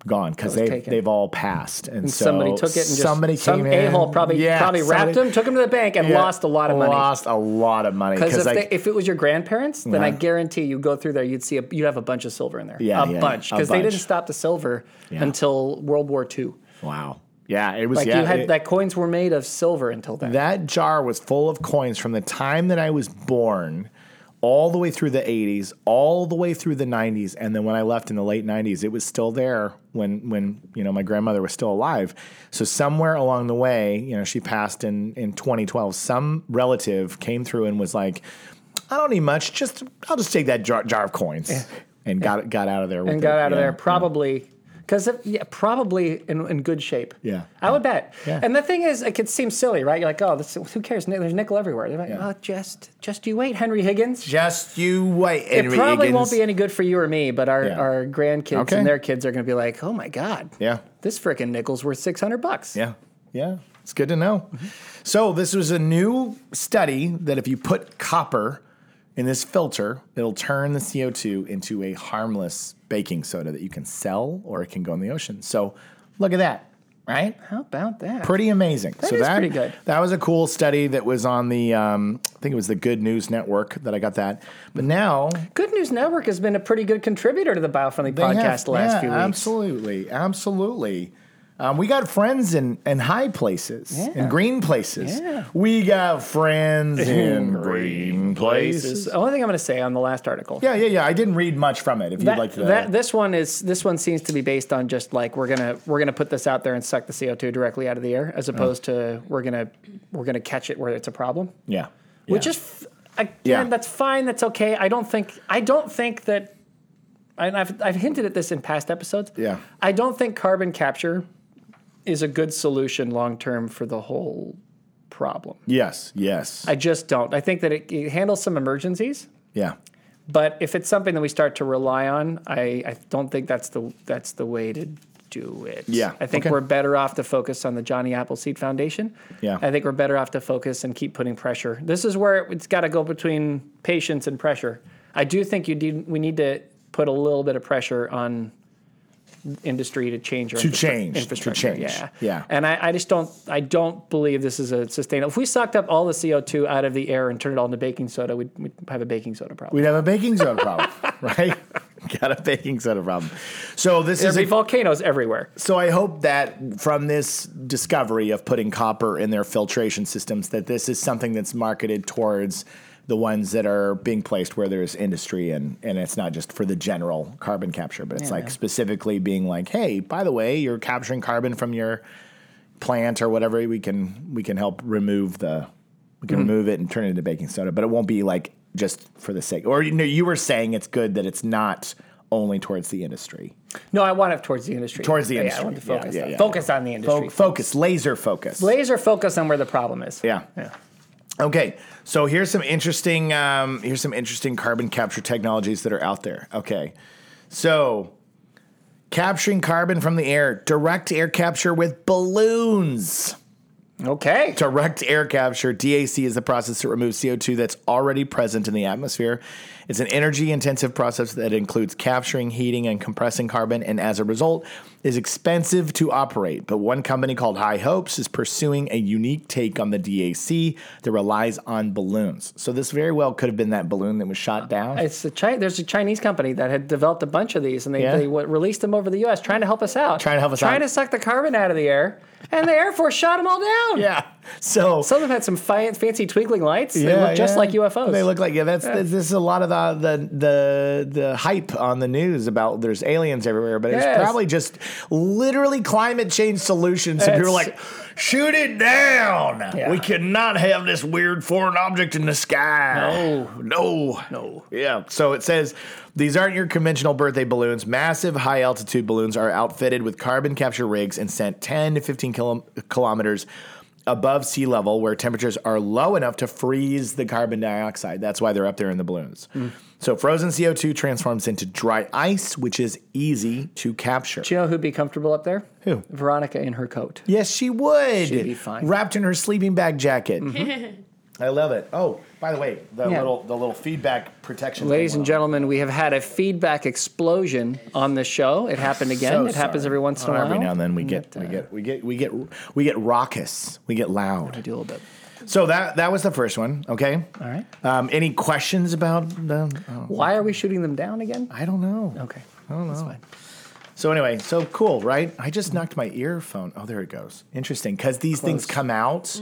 C: gone because
B: was
C: they
B: taken.
C: they've all passed, and, so
B: somebody took it and just
C: somebody came
B: some
C: in,
B: a-hole probably
C: Yeah,
B: probably wrapped
C: somebody-
B: them, took them to the bank, and
C: yeah,
B: lost a lot of money.
C: lost a lot of money
B: Because if,
C: because
B: they-
C: like
B: if it was your grandparents, then I
C: Uh-huh.
B: guarantee you go through there, you'd see a, you'd have a bunch of silver in there,
C: Yeah,
B: a
C: yeah,
B: bunch,
C: a
B: because they didn't
C: bunch.
B: stop the silver
C: Yeah.
B: until World War II.
C: wow, yeah, it was
B: Like
C: yeah.
B: you had
C: it-
B: that coins were made of silver until then.
C: that jar was full of coins from the time that I was born. All the way through the 80s, all the way through the 90s, and then when I left in the late 90s, it was still there when when you know my grandmother was still alive. So somewhere along the way, you know, she passed in in 2012. Some relative came through and was like, I don't need much. Just I'll just take that jar, jar of coins and got got out of there. With
B: and got
C: it.
B: out of
C: Yeah.
B: there probably because yeah, probably in, in good shape.
C: Yeah.
B: I would bet.
C: Yeah.
B: And the thing is, it could seem silly, right? You're like, oh, this, who cares? Ni- There's nickel everywhere. They're like,
C: Yeah.
B: oh, just just you wait, Henry Higgins.
C: Just you wait.
B: It probably won't be any good for you or me, but our,
C: Yeah.
B: our grandkids
C: Okay.
B: and their kids are going to be like, oh my god,
C: Yeah.
B: this frickin' nickel's worth six hundred bucks.
C: Yeah. Yeah. It's good to know. So, this was a new study that if you put copper in this filter, it'll turn the CO2 into a harmless baking soda that you can sell or it can go in the ocean. So, look at that. right?
B: How about that?
C: Pretty amazing. so
B: is
C: that
B: pretty good.
C: that was a cool study that was on the um, I think it was the Good News Network that I got that. But now
B: Good News Network has been a pretty good contributor to the Biofriendly
C: They
B: podcast
C: have-
B: the last
C: yeah,
B: few weeks.
C: Absolutely, absolutely. Um, we got friends in, in high places, in green places.
B: Yeah.
C: We got friends in green
B: This is
C: places.
B: the only thing I'm going to say on the last article.
C: Yeah, yeah, yeah. I didn't read much from it. If you'd
B: That,
C: like to,
B: that this one is this one seems to be based on just like we're gonna we're gonna put this out there and suck the CO two directly out of the air
C: Oh.
B: as opposed to we're gonna we're gonna catch it where it's a problem,
C: yeah,
B: which
C: Yeah.
B: is f- again
C: Yeah.
B: that's fine that's okay. I don't think I don't think that and I've I've hinted at this in past episodes.
C: Yeah.
B: I don't think carbon capture is a good solution long term for the whole problem.
C: yes, yes,
B: I just don't. I think that it, it handles some emergencies,
C: yeah,
B: but if it's something that we start to rely on, I, I don't think that's the that's the way to do it.
C: Yeah,
B: I think
C: okay.
B: we're better off to focus on the Johnny Appleseed Foundation.
C: Yeah.
B: I think we're better off to focus and keep putting pressure. This is where it's got to go between patience and pressure. I do think you need we need to put a little bit of pressure on industry to change our
C: To
B: infrastru-
C: change, to
B: infrastructure.
C: change.
B: Yeah.
C: Yeah.
B: And I, I just don't I don't believe this is a sustainable. If we sucked up all the CO two out of the air and turned it all into baking soda, we'd, we'd have a baking soda problem.
C: We'd have a baking soda problem, (laughs)
B: (laughs)
C: right? Got a baking soda problem. So this is
B: There'd
C: a
B: be volcanoes everywhere.
C: So I hope that from this discovery of putting copper in their filtration systems, that this is something that's marketed towards the ones that are being placed where there's industry and and it's not just for the general carbon capture, but it's like specifically being like, hey, by the way, you're capturing carbon from your plant or whatever. We can we can help remove the we can remove it and turn it into baking soda, but it won't be like just for the sake. Or you know, you were saying it's good that it's not only towards the industry.
B: No, I want it towards the industry.
C: Towards the
B: Yeah,
C: industry.
B: I want to
C: Yeah,
B: focus.
C: yeah,
B: on,
C: yeah.
B: focus on the industry.
C: Fo- focus, laser focus.
B: Laser focus on where the problem is.
C: Yeah. Okay. So here's some interesting um, here's some interesting carbon capture technologies that are out there. Okay. So capturing carbon from the air, direct air capture with balloons.
B: Okay.
C: Direct air capture, DAC, is the process that removes CO2 that's already present in the atmosphere. It's an energy intensive process that includes capturing, heating, and compressing carbon, and as a result, is expensive to operate. But one company called High Hopes is pursuing a unique take on the DAC that relies on balloons. So, this very well could have been that balloon that was shot down.
B: It's a Chi- there's a Chinese company that had developed a bunch of these, and they,
C: Yeah.
B: they what, released them over the U.S. trying to help us out.
C: Trying to help us
B: Trying to
C: out.
B: suck the carbon out of the air, and the Air Force shot them all down.
C: (laughs) yeah. So,
B: Some of them had some fi- fancy twinkling lights. They
C: Yeah,
B: look just
C: yeah.
B: like UFOs.
C: They look like yeah. That's this is a lot of the, the the the hype on the news about there's aliens everywhere, but
B: Yes.
C: it's probably just literally climate change solutions. And people are
B: It's-
C: like, shoot it down.
B: Yeah.
C: We cannot have this weird foreign object in the sky.
B: No.
C: no,
B: No.
C: Yeah. So it says these aren't your conventional birthday balloons. Massive high altitude balloons are outfitted with carbon capture rigs and sent 10 to 15 kilo- kilometers above sea level where temperatures are low enough to freeze the carbon dioxide. That's why they're up there in the balloons.
B: Hmm.
C: So frozen CO2 transforms into dry ice, which is easy to capture.
B: Do you know who'd be comfortable up there?
C: Who?
B: Veronica in her coat.
C: Yes, she would.
B: She'd be fine. Mm-hmm.
C: Wrapped in her sleeping bag jacket. (laughs) I love it. Oh, by the way, the
B: Yeah.
C: little the little feedback protection.
B: Ladies
C: thing
B: and
C: went on.
B: gentlemen, we have had a feedback explosion on the show. It happened again.
C: So
B: it happens
C: sorry.
B: every once in a
C: Oh,
B: while.
C: Every now and then we get
B: But,
C: we
B: uh,
C: get we get we get we get raucous. We get
B: I
C: loud.
B: do a little bit.
C: So that that was the first one. Okay.
B: All right.
C: Um, any questions about the? oh,
B: Why are we shooting them down again?
C: I don't know.
B: Okay.
C: I don't know.
B: That's fine.
C: So anyway, so cool, right? I just knocked my earphone. Oh, there it goes. Interesting, because these things
B: Close. Mm.
C: come out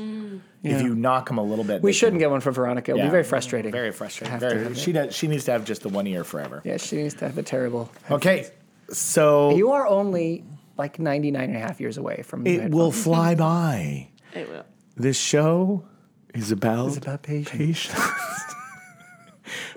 C: if
B: Yeah.
C: you knock them a little bit.
B: We
C: they can-
B: shouldn't get one for Veronica. It'll
C: Yeah.
B: be very frustrating.
C: Very frustrating.
B: Have to
C: Very,
B: have
C: she does, she needs to have just the one ear forever.
B: Yeah, she needs to have a terrible.
C: Okay, so
B: You are only like 99 and a half years away from (laughs)
C: it will fly by.
D: It will.
C: This show is about,
B: about patience.
C: (laughs)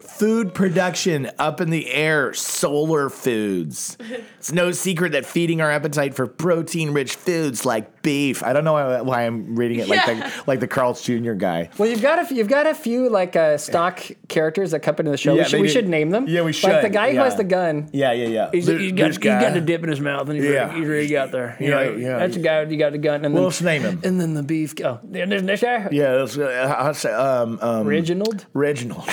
C: Food production up in the air, solar foods. It's no secret that feeding our appetite for protein rich foods like beef. I don't know why, why I'm reading it like,
D: Yeah.
C: the, like the Carl's Jr. guy.
B: Well, you've got a you've got a few like uh, stock characters that come into the show.
C: Yeah,
B: we,
C: they
B: should, we
C: do.
B: should name them.
C: Yeah, we
B: Like the
C: should,
B: guy who
C: yeah.
B: has the gun.
C: Yeah, yeah, yeah.
B: He's,
C: Th-
B: he's got, he's
C: this
B: got
C: guy.
B: the dip in his mouth, and he's,
C: Yeah.
B: ready, he's ready to get out there. You
C: Yeah,
B: know,
C: yeah.
B: That's the guy who got the gun. And
C: Well,
B: then,
C: let's name him.
B: And then the beef. Oh, there- there's this guy.
C: Yeah, that's, uh, I say, um, um,
B: Reginald.
C: Reginald.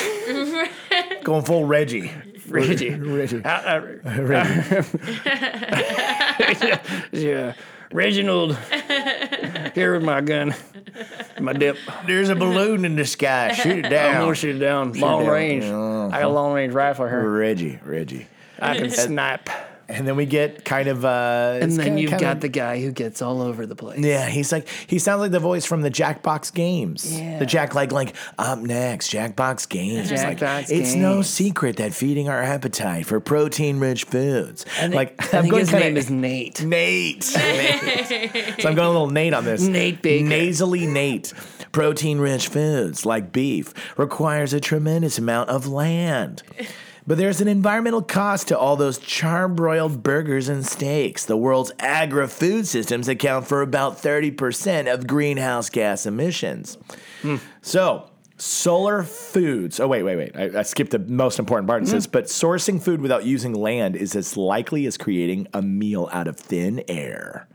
C: Going full Reggie.
B: (laughs) Reggie.
C: Reggie.
B: Uh, uh,
C: Reggie.
B: (laughs) yeah. Reginald, here with my gun, my dip.
C: There's a balloon in the
B: (laughs)
C: sky. Shoot it
B: I'm
C: down.
B: gonna shoot it down. long
C: it down.
B: range.
C: Uh-huh.
B: I got a long range rifle here.
C: Reggie, Reggie.
B: I can snipe.
C: And then we get kind of. Uh,
B: And then you've got the guy who gets all over the place.
C: Yeah, he's like he sounds like the voice from the Jackbox games.
B: Yeah.
C: The Jack like like up next, Jackbox games. It's like,
B: Jackbox
C: It's no
B: Games.
C: secret that feeding our appetite for protein rich foods. like
B: I think his
C: kinda-
B: name is Nate.
C: Nate.
B: (laughs)
C: Nate. so I'm going a little Nate on this.
B: Nate Baker.
C: Nasally Nate. Protein rich foods like beef requires a tremendous amount of land. But there's an environmental cost to all those charbroiled burgers and steaks. The world's agri food systems account for about 30% of greenhouse gas emissions. So, solar foods. Oh, wait, wait, wait. I, I skipped the most important part. It says, but sourcing food without using land is as likely as creating a meal out of thin air.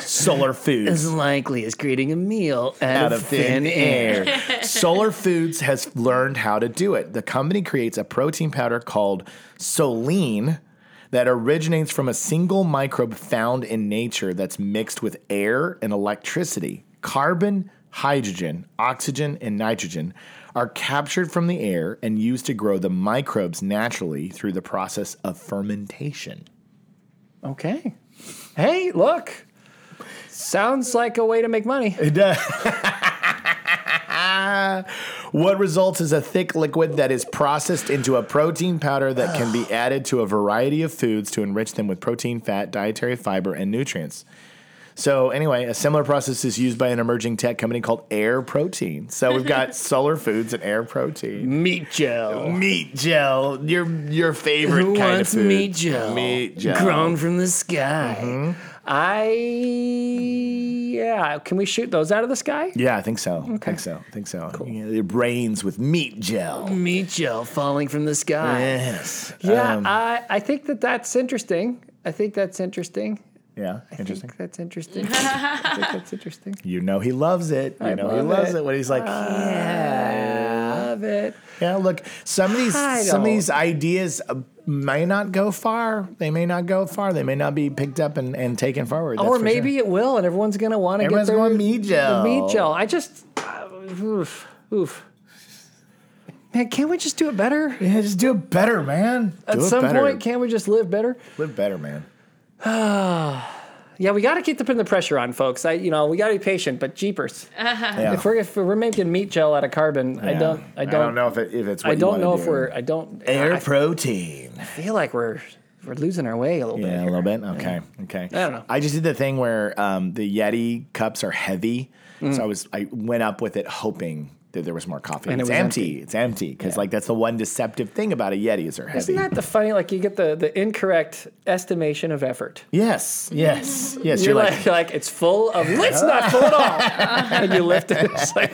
C: Solar
B: As
C: foods.
B: likely as creating a meal out,
C: Out of thin air. (laughs) Solar Foods has learned how to do it. The company creates a protein powder called Soline that originates from a single microbe found in nature that's mixed with air and electricity. Carbon, hydrogen, oxygen, and nitrogen are captured from the air and used to grow the microbes naturally through the process of fermentation.
B: Okay. Hey, look. Sounds like a way to make money.
C: It does. what results is a thick liquid that is processed into a protein powder that can (sighs) be added to a variety of foods to enrich them with protein, fat, dietary fiber, and nutrients. So, anyway, a similar process is used by an emerging tech company called Air Protein. So, we've (laughs) got Solar Foods and Air Protein.
B: Meat gel.
C: Meat gel, your your favorite
B: Who
C: kind
B: wants
C: of food.
B: meat gel?
C: Meat gel. Mm-hmm.
B: Grown from the sky. I. Yeah. Can we shoot those out of the sky?
C: Yeah, I think so. I think so. I think so. Yeah, it rains with meat gel.
B: Meat gel falling from the sky.
C: Yes.
B: Yeah,
C: Um,
B: I, I think that that's interesting. I think that's interesting.
C: yeah. Interesting.
B: I think that's interesting. I think
C: (laughs)
B: that's interesting.
C: You know he loves it. You know he
B: love
C: loves
B: it. Ah.
C: it. when he's like, yeah,
B: Love it.
C: yeah. Look, some of these
B: I
C: some of
B: don't-
C: these ideas uh, may not go far. They may not go far. They may not be picked up and, and taken forward. that's
B: or
C: for
B: maybe
C: sure.
B: it will, and everyone's gonna want to get
C: everyone's
B: their
C: going meat
B: the
C: gel.
B: meat gel. I just uh, oof oof. Man, can't we just do it better?
C: Yeah, just do it better, man.
B: At
C: do it
B: some
C: better.
B: point, can't we just live better?
C: live
B: (laughs)
C: better, man.
B: Yeah, we got to keep the putting the pressure on, folks. I, you know, we got to be patient, but jeepers.
C: Yeah.
B: If we're if we're making meat gel out of carbon, I
C: Oh. Yeah.
B: don't, I don't,
C: know if it, if it's. What
B: I
C: you
B: don't
C: wanna
B: know
C: do.
B: if we're, I don't.
C: air
B: I
C: protein.
B: feel like we're we're losing our way a little
C: Yeah,
B: bit.
C: a little bit. Okay, okay. I
B: don't know.
C: I just did the thing where um, the Yeti cups are heavy,
B: Mm.
C: so I was I went up with it hoping that there was more coffee.
B: And it
C: it's
B: was
C: empty. It's empty because like that's the one deceptive thing about a Yeti is they're heavy.
B: Isn't that the funny? Like you get the the incorrect estimation of effort.
C: yes, yes, yes.
B: You're
C: You're,
B: like,
C: like,
B: you're like it's full of. It's not full at all.
C: (laughs)
B: and you lift it. It's like,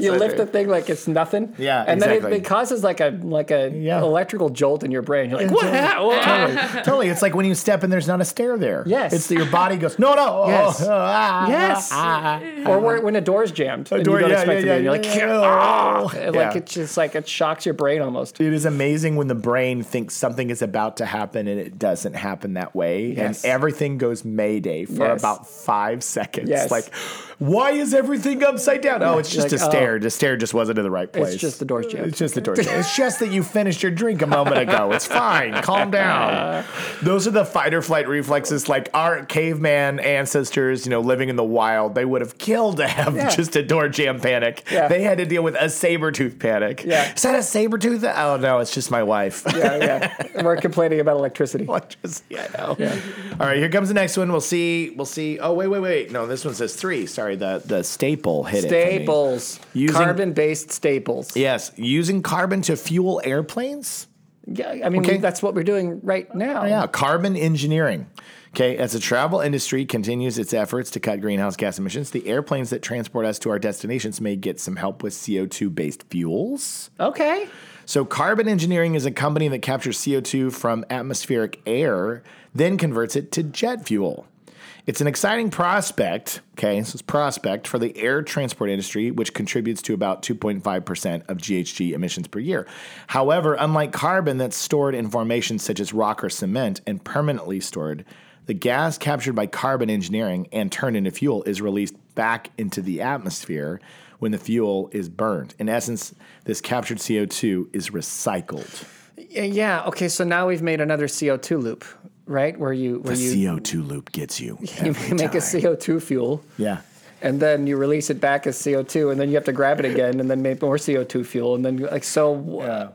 B: you
C: right
B: lift the
C: there.
B: thing like it's nothing.
C: Yeah,
B: and then it,
C: exactly.
B: it causes like a like a
C: Yeah.
B: electrical jolt in your brain. You're like, what?
C: totally,
B: hap- what happened?" (laughs)
C: totally. It's like when you step and there's not a stair there.
B: Yes.
C: it's that your body goes no, no.
B: (laughs)
C: oh,
B: Yes.
C: oh, (laughs) ah,
B: Yes.
C: ah, ah.
B: Or where, when a door's jammed. and
C: door-
B: you don't
C: yeah,
B: expect
C: yeah,
B: it.
C: yeah,
B: You're like,
C: yeah.
B: "Ah!" And,
C: Yeah.
B: like it's just like it shocks your brain almost.
C: It is amazing when the brain thinks something is about to happen and it doesn't happen that way.
B: Yes.
C: And everything goes mayday for
B: Yes.
C: about five seconds.
B: Yes.
C: Like, why is everything upside down? Oh, it's
B: Like,
C: just a stair. the stair just wasn't in the right place.
B: just the door's jammed.
C: It's
B: (laughs)
C: just the door. it's just that you finished your drink a moment ago. It's fine.
B: (laughs)
C: Calm down. Those are the fight or flight reflexes. Like our caveman ancestors, you know, living in the wild, they would have killed to have
B: Yeah.
C: just a door jam panic.
B: Yeah.
C: They had to deal with a saber tooth panic.
B: Yeah.
C: Is that a saber tooth? Oh no, it's just my wife. (laughs)
B: Yeah, yeah. And (laughs) we're complaining about electricity.
C: Electricity, I know. All right, here comes the next one. We'll see. We'll see. Oh wait, wait, wait. No, this one says three. Sorry, the the staple hit it. for me.
B: Staples.
C: Using-
B: Carbon-based staples.
C: Yes, using carbon to fuel airplanes.
B: Yeah, I mean,
C: Okay.
B: we- that's what we're doing right now.
C: Yeah, carbon engineering. Okay, as the travel industry continues its efforts to cut greenhouse gas emissions, the airplanes that transport us to our destinations may get some help with CO2 based fuels.
B: Okay.
C: So, Carbon Engineering is a company that captures CO2 from atmospheric air, then converts it to jet fuel. It's an exciting prospect, okay, this is prospect for the air transport industry, which contributes to about 2.5% of GHG emissions per year. However, unlike carbon that's stored in formations such as rock or cement and permanently stored, the gas captured by carbon engineering and turned into fuel is released back into the atmosphere when the fuel is burned. In essence, this captured CO2 is recycled.
B: Yeah, yeah. Okay. So now we've made another CO2 loop, right? Where you where
C: The
B: you,
C: CO2 loop gets you.
B: (laughs) you
C: every
B: make a
C: time.
B: CO2 fuel.
C: Yeah.
B: And then you release it back as CO2, and then you have to grab it again, and then make more CO2 fuel, and then like so. Uh,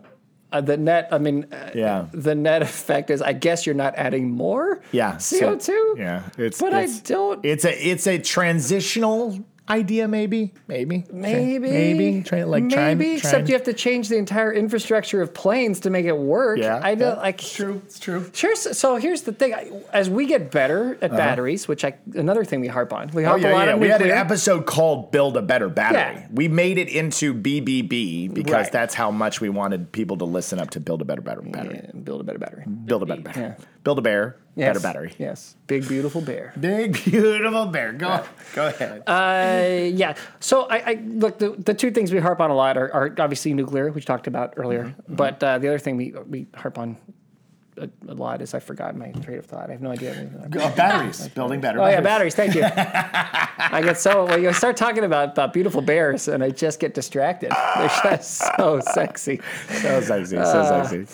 B: uh, the net, I mean, uh,
C: Yeah.
B: The net effect is, I guess you're not adding more.
C: Yeah. so-
B: CO two.
C: yeah. It's
B: But
C: it's-
B: I don't.
C: It's a it's a transitional idea, maybe, maybe,
B: maybe.
C: maybe, try, like
B: maybe.
C: try,
B: except you have to change the entire infrastructure of planes to make it work.
C: Yeah,
B: I don't
C: yeah.
B: like.
C: True, it's true.
B: Here's, so here's the thing: I- as we get better at batteries, which I another thing we harp on, we
C: Uh-huh. Oh
B: harp
C: yeah,
B: a lot
C: yeah.
B: on
C: We had an
B: nuclear.
C: episode called "Build a Better Battery."
B: Yeah.
C: We made it into BBB because
B: Right.
C: that's how much we wanted people to listen up to "Build a Better Battery." battery.
B: Yeah, build a better battery.
C: Build a better battery.
B: Yeah.
C: Build a bear.
B: Yes.
C: Mm, Better battery.
B: Yes, big beautiful bear.
C: Big beautiful bear. Go go ahead.
B: Uh, yeah. So I, I look the, the two things we harp on a lot are, are obviously nuclear, which we talked about earlier.
C: Mm-hmm,
B: But uh, the other thing we we harp on a, a lot is I forgot my train of thought. I have no idea.
C: Oh, batteries. Building better.
B: Oh yeah, batteries. Thank you. I get so when you start talking about, about beautiful bears, and I just get distracted. (laughs) They're just so sexy.
C: So sexy. So sexy.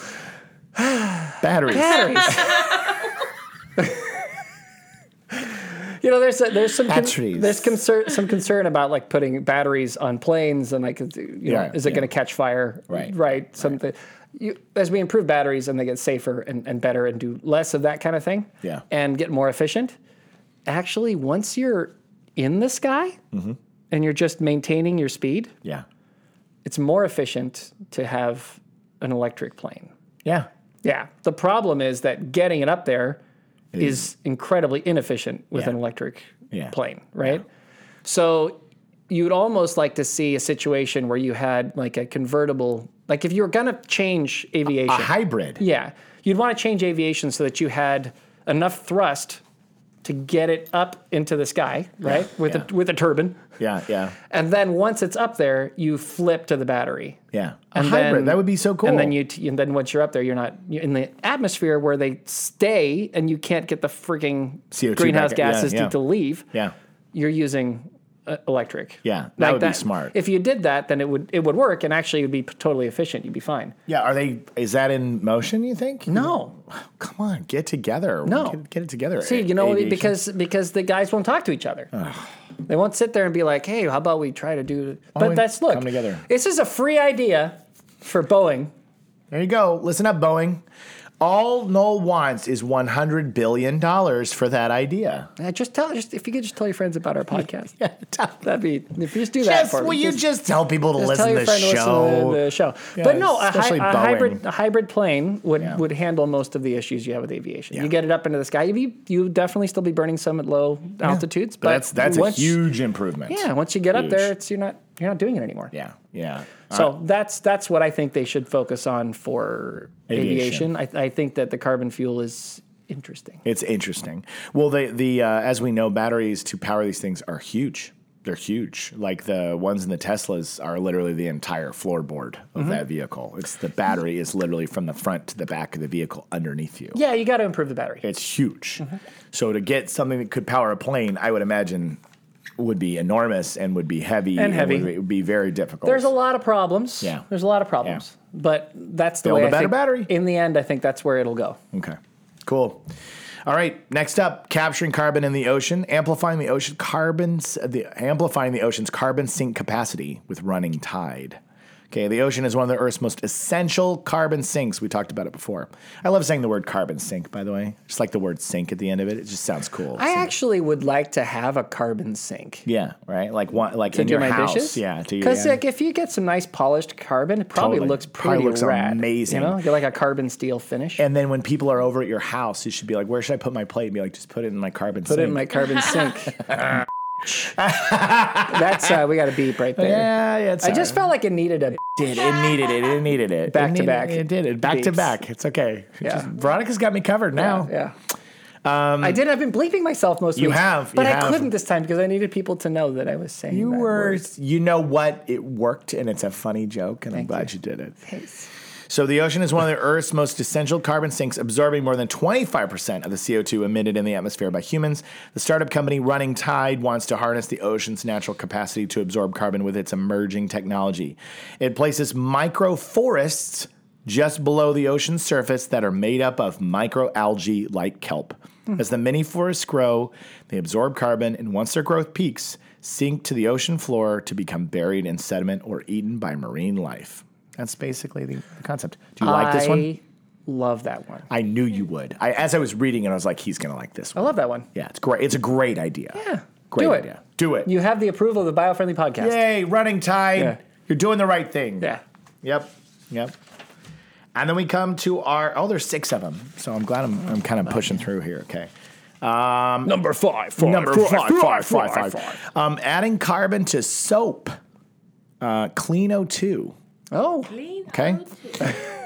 C: Batteries.
B: Uh. Batteries. (laughs) you know, there's a, there's some con-
C: Batteries.
B: there's concern some concern about like putting batteries on planes and like you know,
C: Yeah,
B: is it
C: yeah.
B: going to catch fire?
C: Right,
B: right. Something. You, as we improve batteries and they get safer and, and better and do less of that kind of thing,
C: Yeah.
B: and get more efficient. Actually, once you're in the sky
C: Mm-hmm.
B: and you're just maintaining your speed,
C: Yeah.
B: it's more efficient to have an electric plane.
C: Yeah.
B: Yeah. The problem is that getting it up there is, incredibly inefficient with
C: Yeah.
B: an electric
C: Yeah.
B: plane, right? So you'd almost like to see a situation where you had like a convertible, like if you were going to change aviation,
C: A hybrid.
B: yeah, you'd want to change aviation so that you had enough thrust to get it up into the sky, right? with
C: yeah.
B: a, with a turbine.
C: Yeah. Yeah.
B: And then once it's up there, you flip to the battery.
C: Yeah. A
B: And
C: hybrid.
B: then-
C: that would be so cool.
B: And then you, t- and then once you're up there, you're not you're in the atmosphere where they stay, and you can't get the freaking
C: CO2
B: greenhouse
C: back- yeah,
B: gases
C: yeah.
B: To, to leave.
C: Yeah.
B: You're using uh, electric.
C: Yeah, that would be smart.
B: If you did that, then it would it would work, and actually it would be p- totally efficient. You'd be fine.
C: Yeah. Are they is that in motion, you think?
B: No,
C: Come on, get together.
B: No.
C: Get, get it together.
B: see, you know,
C: aviation.
B: because because the guys won't talk to each other. They won't sit there and be like, "Hey, how about we try to do?"
C: we
B: But that's look.
C: come together?
B: This is a free idea for Boeing.
C: There you go. Listen up, Boeing. All Noel wants is one hundred billion dollars for
B: (laughs)
C: that idea.
B: Uh, just tell just if you could just tell your friends about our podcast.
C: (laughs) Yeah, tell-
B: That'd be if you just do that
C: Just,
B: for
C: will
B: me.
C: you just, tell people to
B: just
C: listen to the
B: to
C: show?
B: listen to the show. but no, a, hy-
C: especially
B: a
C: Boeing.
B: hybrid a hybrid plane would,
C: Yeah.
B: would handle most of the issues you have with aviation.
C: Yeah.
B: You get it up into the sky, you you definitely still be burning some at low altitudes. But
C: that's that's
B: once,
C: a huge improvement.
B: yeah. Once you get up
C: Huge.
B: there, it's you're not you're not doing it anymore.
C: yeah, yeah.
B: So that's that's what I think they should focus on for
C: Aviation.
B: aviation. I, I think that the carbon fuel is interesting.
C: It's interesting. Well, the the uh, as we know, batteries to power these things are huge. They're huge. Like the ones in the Teslas are literally the entire floorboard of
B: Mm-hmm.
C: that vehicle. It's the battery is literally from the front to the back of the vehicle underneath you.
B: Yeah, Mm-hmm. you got to improve the battery.
C: It's huge. So to get something that could power a plane, I would imagine would be enormous and would be heavy
B: And heavy.
C: would, be- would be very difficult.
B: There's a lot of problems.
C: Yeah.
B: There's a lot of problems. But that's the
C: Build
B: way
C: a
B: I
C: better
B: think-
C: battery.
B: In the end, I think that's where it'll go.
C: Okay. Cool. All right. Next up, capturing carbon in the ocean, amplifying the ocean carbons, the amplifying the ocean's carbon sink capacity with running tide. Okay, the ocean is one of the Earth's most essential carbon sinks. We talked about it before. I love saying the word carbon sink, by the way. I Just like the word sink at the end of it. It just sounds cool.
B: I actually would like to have a carbon sink.
C: yeah, right. Like one, like in
B: to
C: your
B: do my
C: house.
B: dishes.
C: Yeah, to
B: because
C: yeah.
B: like if you get some nice polished carbon, it probably
C: Totally.
B: looks
C: Probably
B: pretty
C: looks
B: rad,
C: amazing.
B: You know, get like a carbon steel finish.
C: and then when people are over at your house, you should be like, "Where should I put my plate?" And be like, "Just put it in my carbon
B: Put
C: sink."
B: it in my carbon
C: (laughs)
B: sink. That's uh, we got a beep right there.
C: yeah, yeah. it's
B: I
C: all
B: just
C: right.
B: felt like it needed a.
C: did. It needed it. It needed it.
B: Back
C: It
B: to
C: needed-
B: back.
C: It did it. Back to
B: Beeps.
C: back. It's okay.
B: Yeah.
C: Just- Veronica's got me covered now.
B: Yeah. I did. I've been bleeping myself most
C: Um, You
B: weeks,
C: have, you
B: but I
C: have.
B: couldn't this time because I needed people to know that I was saying
C: You
B: that
C: were,
B: word.
C: you know what? It worked and it's a funny joke, and I'm glad you, did it.
B: Thanks.
C: So the ocean is one of the Earth's most essential carbon sinks, absorbing more than 25% of the CO2 emitted in the atmosphere by humans. The startup company Running Tide wants to harness the ocean's natural capacity to absorb carbon with its emerging technology. It places microforests just below the ocean's surface that are made up of microalgae like kelp. As the mini forests grow, they absorb carbon and once their growth peaks, sink to the ocean floor to become buried in sediment or eaten by marine life. That's basically the, the concept. Do you like this one?
B: I love that one.
C: I knew you would. I, as I was reading it, I was like, he's going to like this
B: I
C: one.
B: love that one.
C: Yeah, it's great. It's a great idea.
B: Yeah.
C: Great
B: Do it.
C: idea. Do it.
B: You have the approval of the Biofriendly Podcast.
C: Yay, running tide.
B: Yeah.
C: You're doing the right thing.
B: Yeah.
C: Yep. Yep. And then we come to our oh, there's six of them. So I'm glad I'm, I'm kind of pushing through here. Okay.
B: Number five. five
C: Number five, five, five, five. Um, adding carbon to soap. Uh, Clean02.
B: Oh.
D: Clean
C: Okay.
D: out.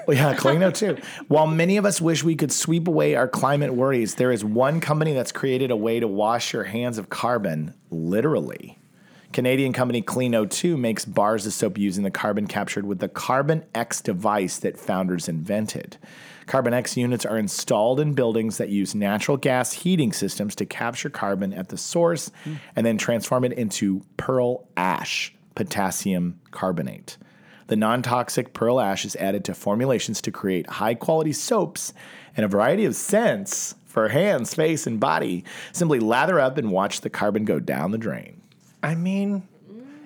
C: Well, (laughs) yeah, Clean02. While many of us wish we could sweep away our climate worries, there is one company that's created a way to wash your hands of carbon, literally. Canadian company Clean02 makes bars of soap using the carbon captured with the Carbon X device that founders invented. Carbon X units are installed in buildings that use natural gas heating systems to capture carbon at the source and then transform it into pearl ash, potassium carbonate. The non toxic pearl ash is added to formulations to create high quality soaps and a variety of scents for hands, face, and body. Simply lather up and watch the carbon go down the drain.
B: I mean,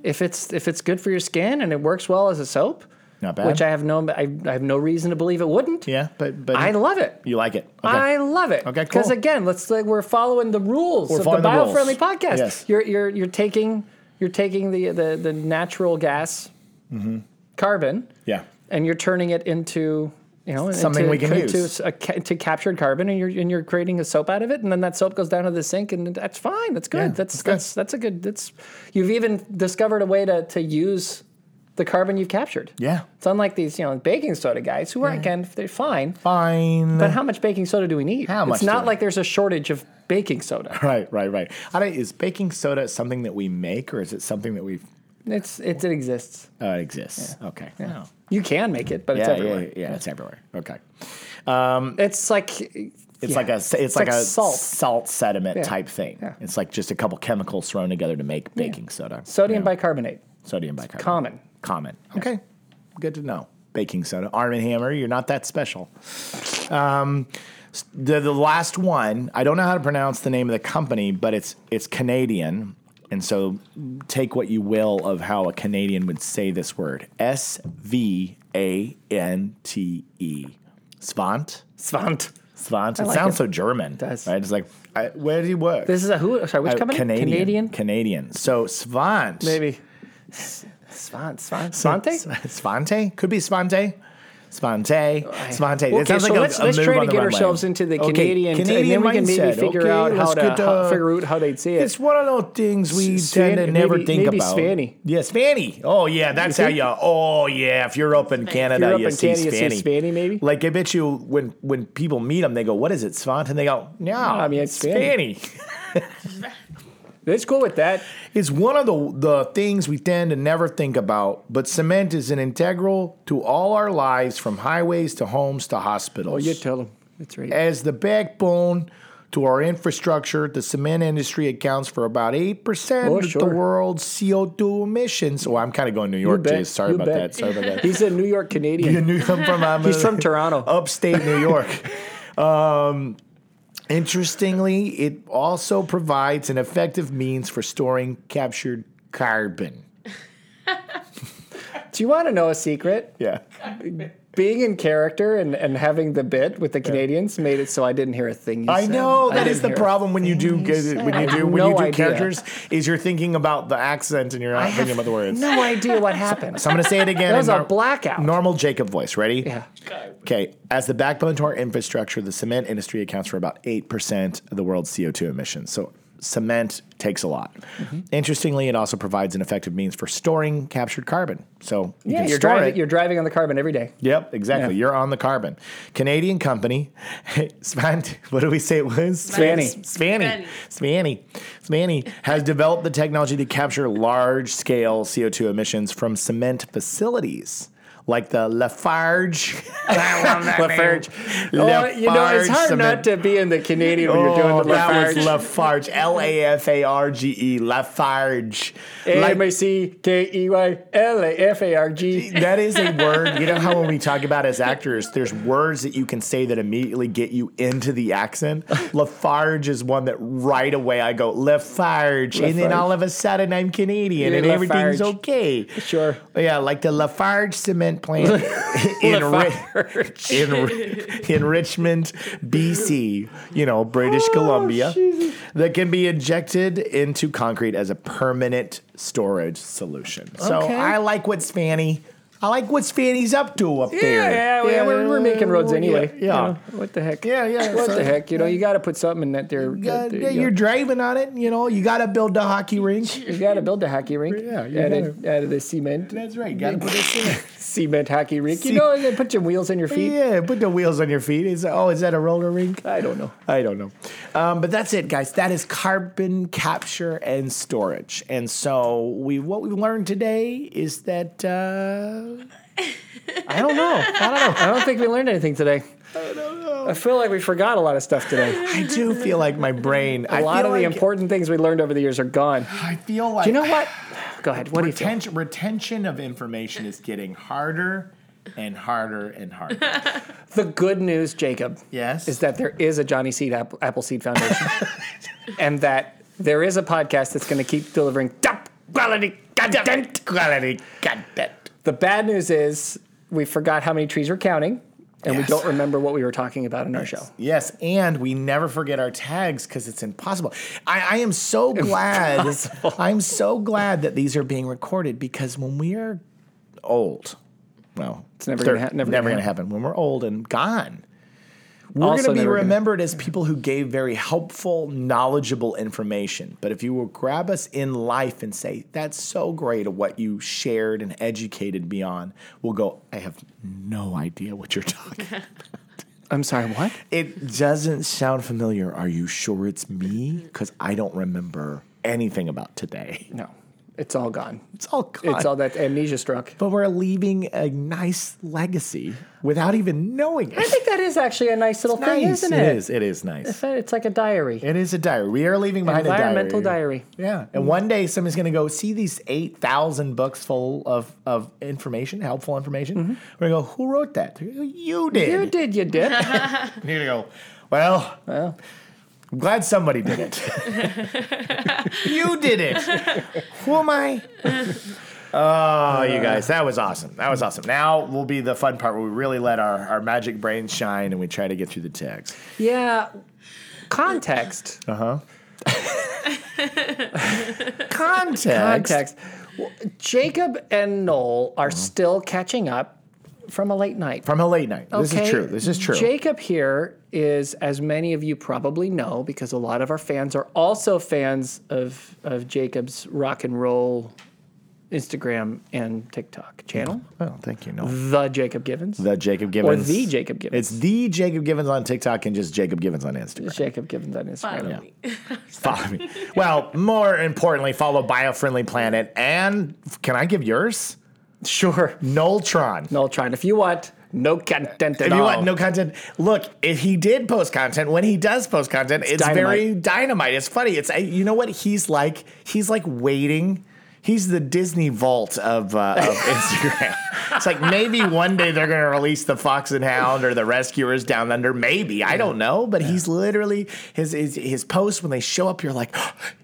B: if it's if it's good for your skin and it works well as a soap,
C: Not bad.
B: Which I have no I, I have no reason to believe it wouldn't.
C: Yeah, but but
B: I love it.
C: you like it.
B: I love it.
C: Okay,
B: Because
C: cool.
B: again, let's like we're following the rules of the
C: following the rules.
B: biofriendly podcast.
C: Yes.
B: You're you're you're taking you're taking the the, the natural gas
C: Mm-hmm.
B: carbon
C: yeah.
B: and you're turning it into you know
C: Something
B: into,
C: we can
B: into
C: use.
B: a ca- to captured carbon and you're and you're creating a soap out of it and then that soap goes down to the sink and that's fine that's good
C: Yeah,
B: that's
C: that's good.
B: that's that's a good that's you've even discovered a way to to use the carbon you've captured
C: Yeah.
B: it's unlike these you know baking soda guys who are again they're fine
C: Fine.
B: but how much baking soda do we need
C: How much
B: it's
C: do
B: not
C: we-
B: like there's a shortage of baking soda
C: right, right, right. I don't, is baking soda something that we make or is it something that we
B: it's it's it exists
C: uh, exists? Okay. Yeah.
B: you can make it but it's
C: yeah,
B: everywhere
C: yeah, yeah, it's everywhere. Okay.
B: it's like
C: It's like a it's, like,
B: like
C: a
B: salt.
C: salt sediment
B: Yeah.
C: type thing.
B: Yeah.
C: It's like just a couple chemicals thrown together to make baking soda.
B: sodium
C: Yeah.
B: bicarbonate
C: sodium bicarbonate.
B: common
C: Common. Okay. Good to know. Baking soda. Arm and Hammer, you're not that special. Um, s- the, the last one, I don't know how to pronounce the name of the company, but it's it's Canadian. And so take what you will of how a Canadian would say this word. S V A N T E. Svant.
B: svant
C: Svant. It
B: like
C: sounds
B: it.
C: so German. It
B: does.
C: Right? It's like, I, where do you work?
B: This is a who? Sorry, which
C: Uh,
B: company?
C: Canadian. Canadian. So Svant.
B: Maybe. Svante. Svante.
C: Svante? Could be Svante. Svante. Svante.
B: Okay, so let's, let's try
C: on
B: to
C: the
B: get
C: runway.
B: ourselves into the
C: Okay,
B: Canadian, and then we can maybe
C: mindset.
B: figure
C: Okay,
B: out how
C: let's
B: to,
C: get, uh,
B: how- figure out how they'd see it.
C: It's one of those things we
B: S-
C: tend to
B: Svan-
C: never
B: maybe-
C: think
B: maybe
C: about.
B: Svanny.
C: Yes, Svanny. Oh yeah, that's how
B: think?
C: you. Oh yeah, if you're up in Canada,
B: you're up
C: you
B: in
C: see
B: Canada, you see
C: Svanny.
B: Svanny, maybe?
C: Like I bet you when when people meet them, they go, "What is it, Svant?" And they go, "No, I
B: mean, it's Svanny."
C: Svanny."
B: Let's go with that.
C: It's one of the, the things we tend to never think about, but cement is an integral to all our lives from highways to homes to hospitals.
B: Oh, you tell them. That's right.
C: As the backbone to our infrastructure, the cement industry accounts for about 8%
B: Oh,
C: of the
B: sure.
C: world's CO2 emissions. Oh, I'm kind of going New York,
B: bet.
C: Jay. Sorry
B: You
C: about
B: bet. (laughs)
C: that. Sorry about that.
B: He's a New York
C: You Oh.
B: Canadian.
C: knew I'm from, I'm
B: He's
C: a- (laughs)
B: from Toronto.
C: upstate
B: (laughs)
C: New York. Um, interestingly, it also provides an effective means for storing captured carbon.
B: Do you want to know a secret?
C: Yeah.
B: Being in character and, and having the bit with the Canadians made it so I didn't hear a thing. You
C: I
B: said.
C: know that
B: didn't
C: is the
B: hear a
C: problem when you do
B: said.
C: get, when
B: I
C: you
B: have
C: do when
B: no
C: you do
B: idea.
C: characters is you're thinking about the accent and you're not thinking about the words.
B: No idea what
C: (laughs)
B: happened.
C: So I'm going to say it again.
B: That was
C: in
B: a
C: nor-
B: blackout.
C: Normal Jacob voice. Ready?
B: Yeah.
C: Okay. As the backbone to our infrastructure, the cement industry accounts for about 8% of the world's CO2 emissions. So cement takes a lot.
B: Mm-hmm.
C: Interestingly, it also provides an effective means for storing captured carbon. So you
B: Yeah,
C: can
B: you're
C: store
B: driving.
C: it.
B: You're driving on the carbon every day.
C: Yep, exactly.
B: Yeah.
C: You're on the carbon. Canadian company, (laughs) Span, what do we say it was?
B: Svanny.
C: Spanny. Spanny. Spanny has developed the technology to capture large scale CO2 emissions from cement facilities. like the Lafarge.
B: (laughs) Lafarge. Oh, you know, it's hard not to be in the Canadian when
C: Oh,
B: you're doing the
C: that
B: Lafarge.
C: was Lafarge. L A F A R G E. Lafarge. Like-
B: M A E. C K E Y L A F A R
C: (laughs)
B: G.
C: that is a word. You know how when we talk about as actors, there's words that you can say that immediately get you into the accent.
B: (laughs)
C: Lafarge is one that right away I go Lafarge, and then
B: Lafarge.
C: all of a sudden I'm Canadian
B: You're
C: and everything's
B: Lafarge.
C: okay.
B: Sure.
C: Yeah, like the Lafarge
B: (laughs)
C: cement plant in, Ri-
B: Lafarge.
C: in, Ri- in Richmond, BC, you know, British
B: Oh,
C: Columbia, that can be injected into concrete as a permanent storage solution. So
B: Okay.
C: I like what's Fanny. I like what's Fanny's up to
B: (laughs)
C: up
B: Yeah,
C: there.
B: yeah, yeah, we're, we're making roads anyway.
C: Yeah, yeah.
B: You know, what the heck?
C: Yeah, yeah,
B: What
C: so-
B: the heck? You know, you got to put something in that there.
C: Uh,
B: that there-
C: yeah, you're driving on it, you know. You got to build the hockey rink.
B: you got to build a hockey rink
C: Yeah, you
B: out, of, out of the cement,
C: That's right. Got to put it in.
B: cement hockey rink.
C: Ce-
B: you know, they put your wheels on your feet.
C: (laughs) Yeah, put the wheels on your feet. Is oh, is that a roller rink?
B: I don't know.
C: I don't know. Um, but that's it, guys. That is carbon capture and storage. And so we what we learned today is that uh,
B: I don't know. I don't know. I don't think we learned anything today.
C: (laughs) I don't know.
B: I feel like we forgot a lot of stuff today.
C: I do feel like my brain.
B: A
C: I
B: lot
C: feel
B: of the
C: like-
B: important things we learned over the years are gone.
C: I feel like
B: You know what? Go ahead. What do you think?
C: retention retention of information is getting harder and harder and
B: (laughs)
C: harder.
B: The good news, Jacob,
C: Yes.
B: is that there is a Johnny Seed App- Appleseed Foundation, (laughs) and that there is a podcast that's going to keep delivering top quality content.
C: quality content?
B: The bad news is we forgot how many trees we're counting, and
C: Yes.
B: we don't remember what we were talking about in our show.
C: Yes, and we never forget our tags because it's impossible. I, I am so glad.
B: Impossible.
C: I'm so glad that these are being recorded because when we are old, well, it's
B: never gonna hap- never gonna
C: gonna happen. When we're old and gone, we're
B: Also
C: going to be
B: never gonna-
C: remembered as people who gave very helpful, knowledgeable information. But if you will grab us in life and say, "That's so great," of what you shared and educated me on, we'll go. I have no idea what you're (laughs) talking.
B: I'm sorry, what?
C: It doesn't sound familiar. Are you sure it's me? Because I don't remember anything about today. (laughs)
B: No, it's all gone.
C: It's all gone.
B: It's all that amnesia struck.
C: but we're leaving a nice legacy without even knowing
B: I
C: it.
B: think that is actually a nice little thing,
C: Nice.
B: isn't
C: It
B: it?
C: is. It is nice.
B: It's like a diary,
C: It is a diary. We are leaving behind
B: environmental
C: a diary.
B: diary.
C: Yeah. And one day somebody's going to go see these 8,000 books full of, of information, helpful information. We're going to go, who wrote that? They're gonna go, You did.
B: Mm-hmm. You did, you did.
C: (laughs) And you're going to go, well, I'm glad somebody
B: (laughs)
C: did it. you did it. Who am I? Oh, you guys, that was awesome. That was awesome. Now will be the fun part where we really let our, our magic brains shine and we try to get through the text.
B: Yeah. Context.
C: Uh-huh.
B: (laughs)
C: Context.
B: Context. Well, Jacob and Noel
C: Uh-huh.
B: are still catching up from a late night.
C: From a late night. This is
B: Okay?
C: true. This is true.
B: Jacob here is, as many of you probably know, because a lot of our fans are also fans of, of Jacob's rock and roll Instagram and TikTok channel,
C: oh, thank you. No.
B: The Jacob Givens.
C: The Jacob Givens.
B: the Jacob Givens.
C: It's the Jacob Givens on TikTok and just Jacob Givens on Instagram.
B: Jacob Givens on Instagram.
C: (laughs) Yeah. Follow me. Well, more importantly, follow Biofriendly Planet and can I give yours?
B: Sure.
C: Noltron.
B: Noel Tron, if you want no content at
C: Uh, If you
B: all.
C: want no content, look. If he did post content, when he does post content, it's,
B: dynamite.
C: very dynamite. It's funny. It's uh, you know what he's like. He's like waiting. He's the Disney vault of, uh,
B: (laughs)
C: of Instagram. it's like maybe one day they're going to release the Fox and Hound or the Rescuers Down Under. Maybe I don't know, but he's literally his, his his posts when they show up. You're like,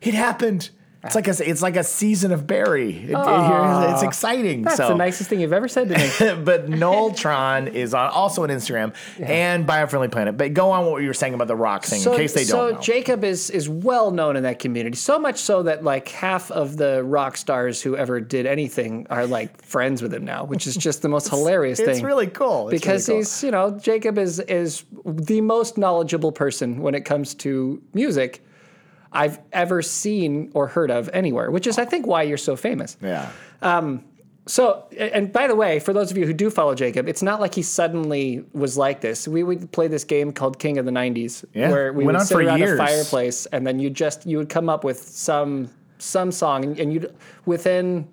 C: it happened. It's like a it's like a season of Barry. It- it- it's exciting.
B: That's
C: so
B: the nicest thing you've ever said to me. (laughs)
C: but Noltron is on also on Instagram and Biofriendly Planet. But go on what you were saying about the rock thing (laughs) in case they
B: so
C: don't know.
B: Jacob is is well known in that community, so much so that like half of the rock stars who ever did anything are like friends with him now, which is just the most hilarious
C: (laughs) it's
B: thing.
C: really cool. It's
B: because
C: really cool.
B: he's you know Jacob is is the most knowledgeable person when it comes to music I've ever seen or heard of anywhere, which is I think why you're so famous.
C: yeah.
B: So, a- and by the way, for those of you who do follow Jacob, it's not like he suddenly was like this. We would play this game called King of the '90s,
C: Yeah,
B: where we
C: went
B: would
C: on
B: sit
C: for
B: around
C: years.
B: a fireplace, and then you just you would come up with some some song, and, and you would within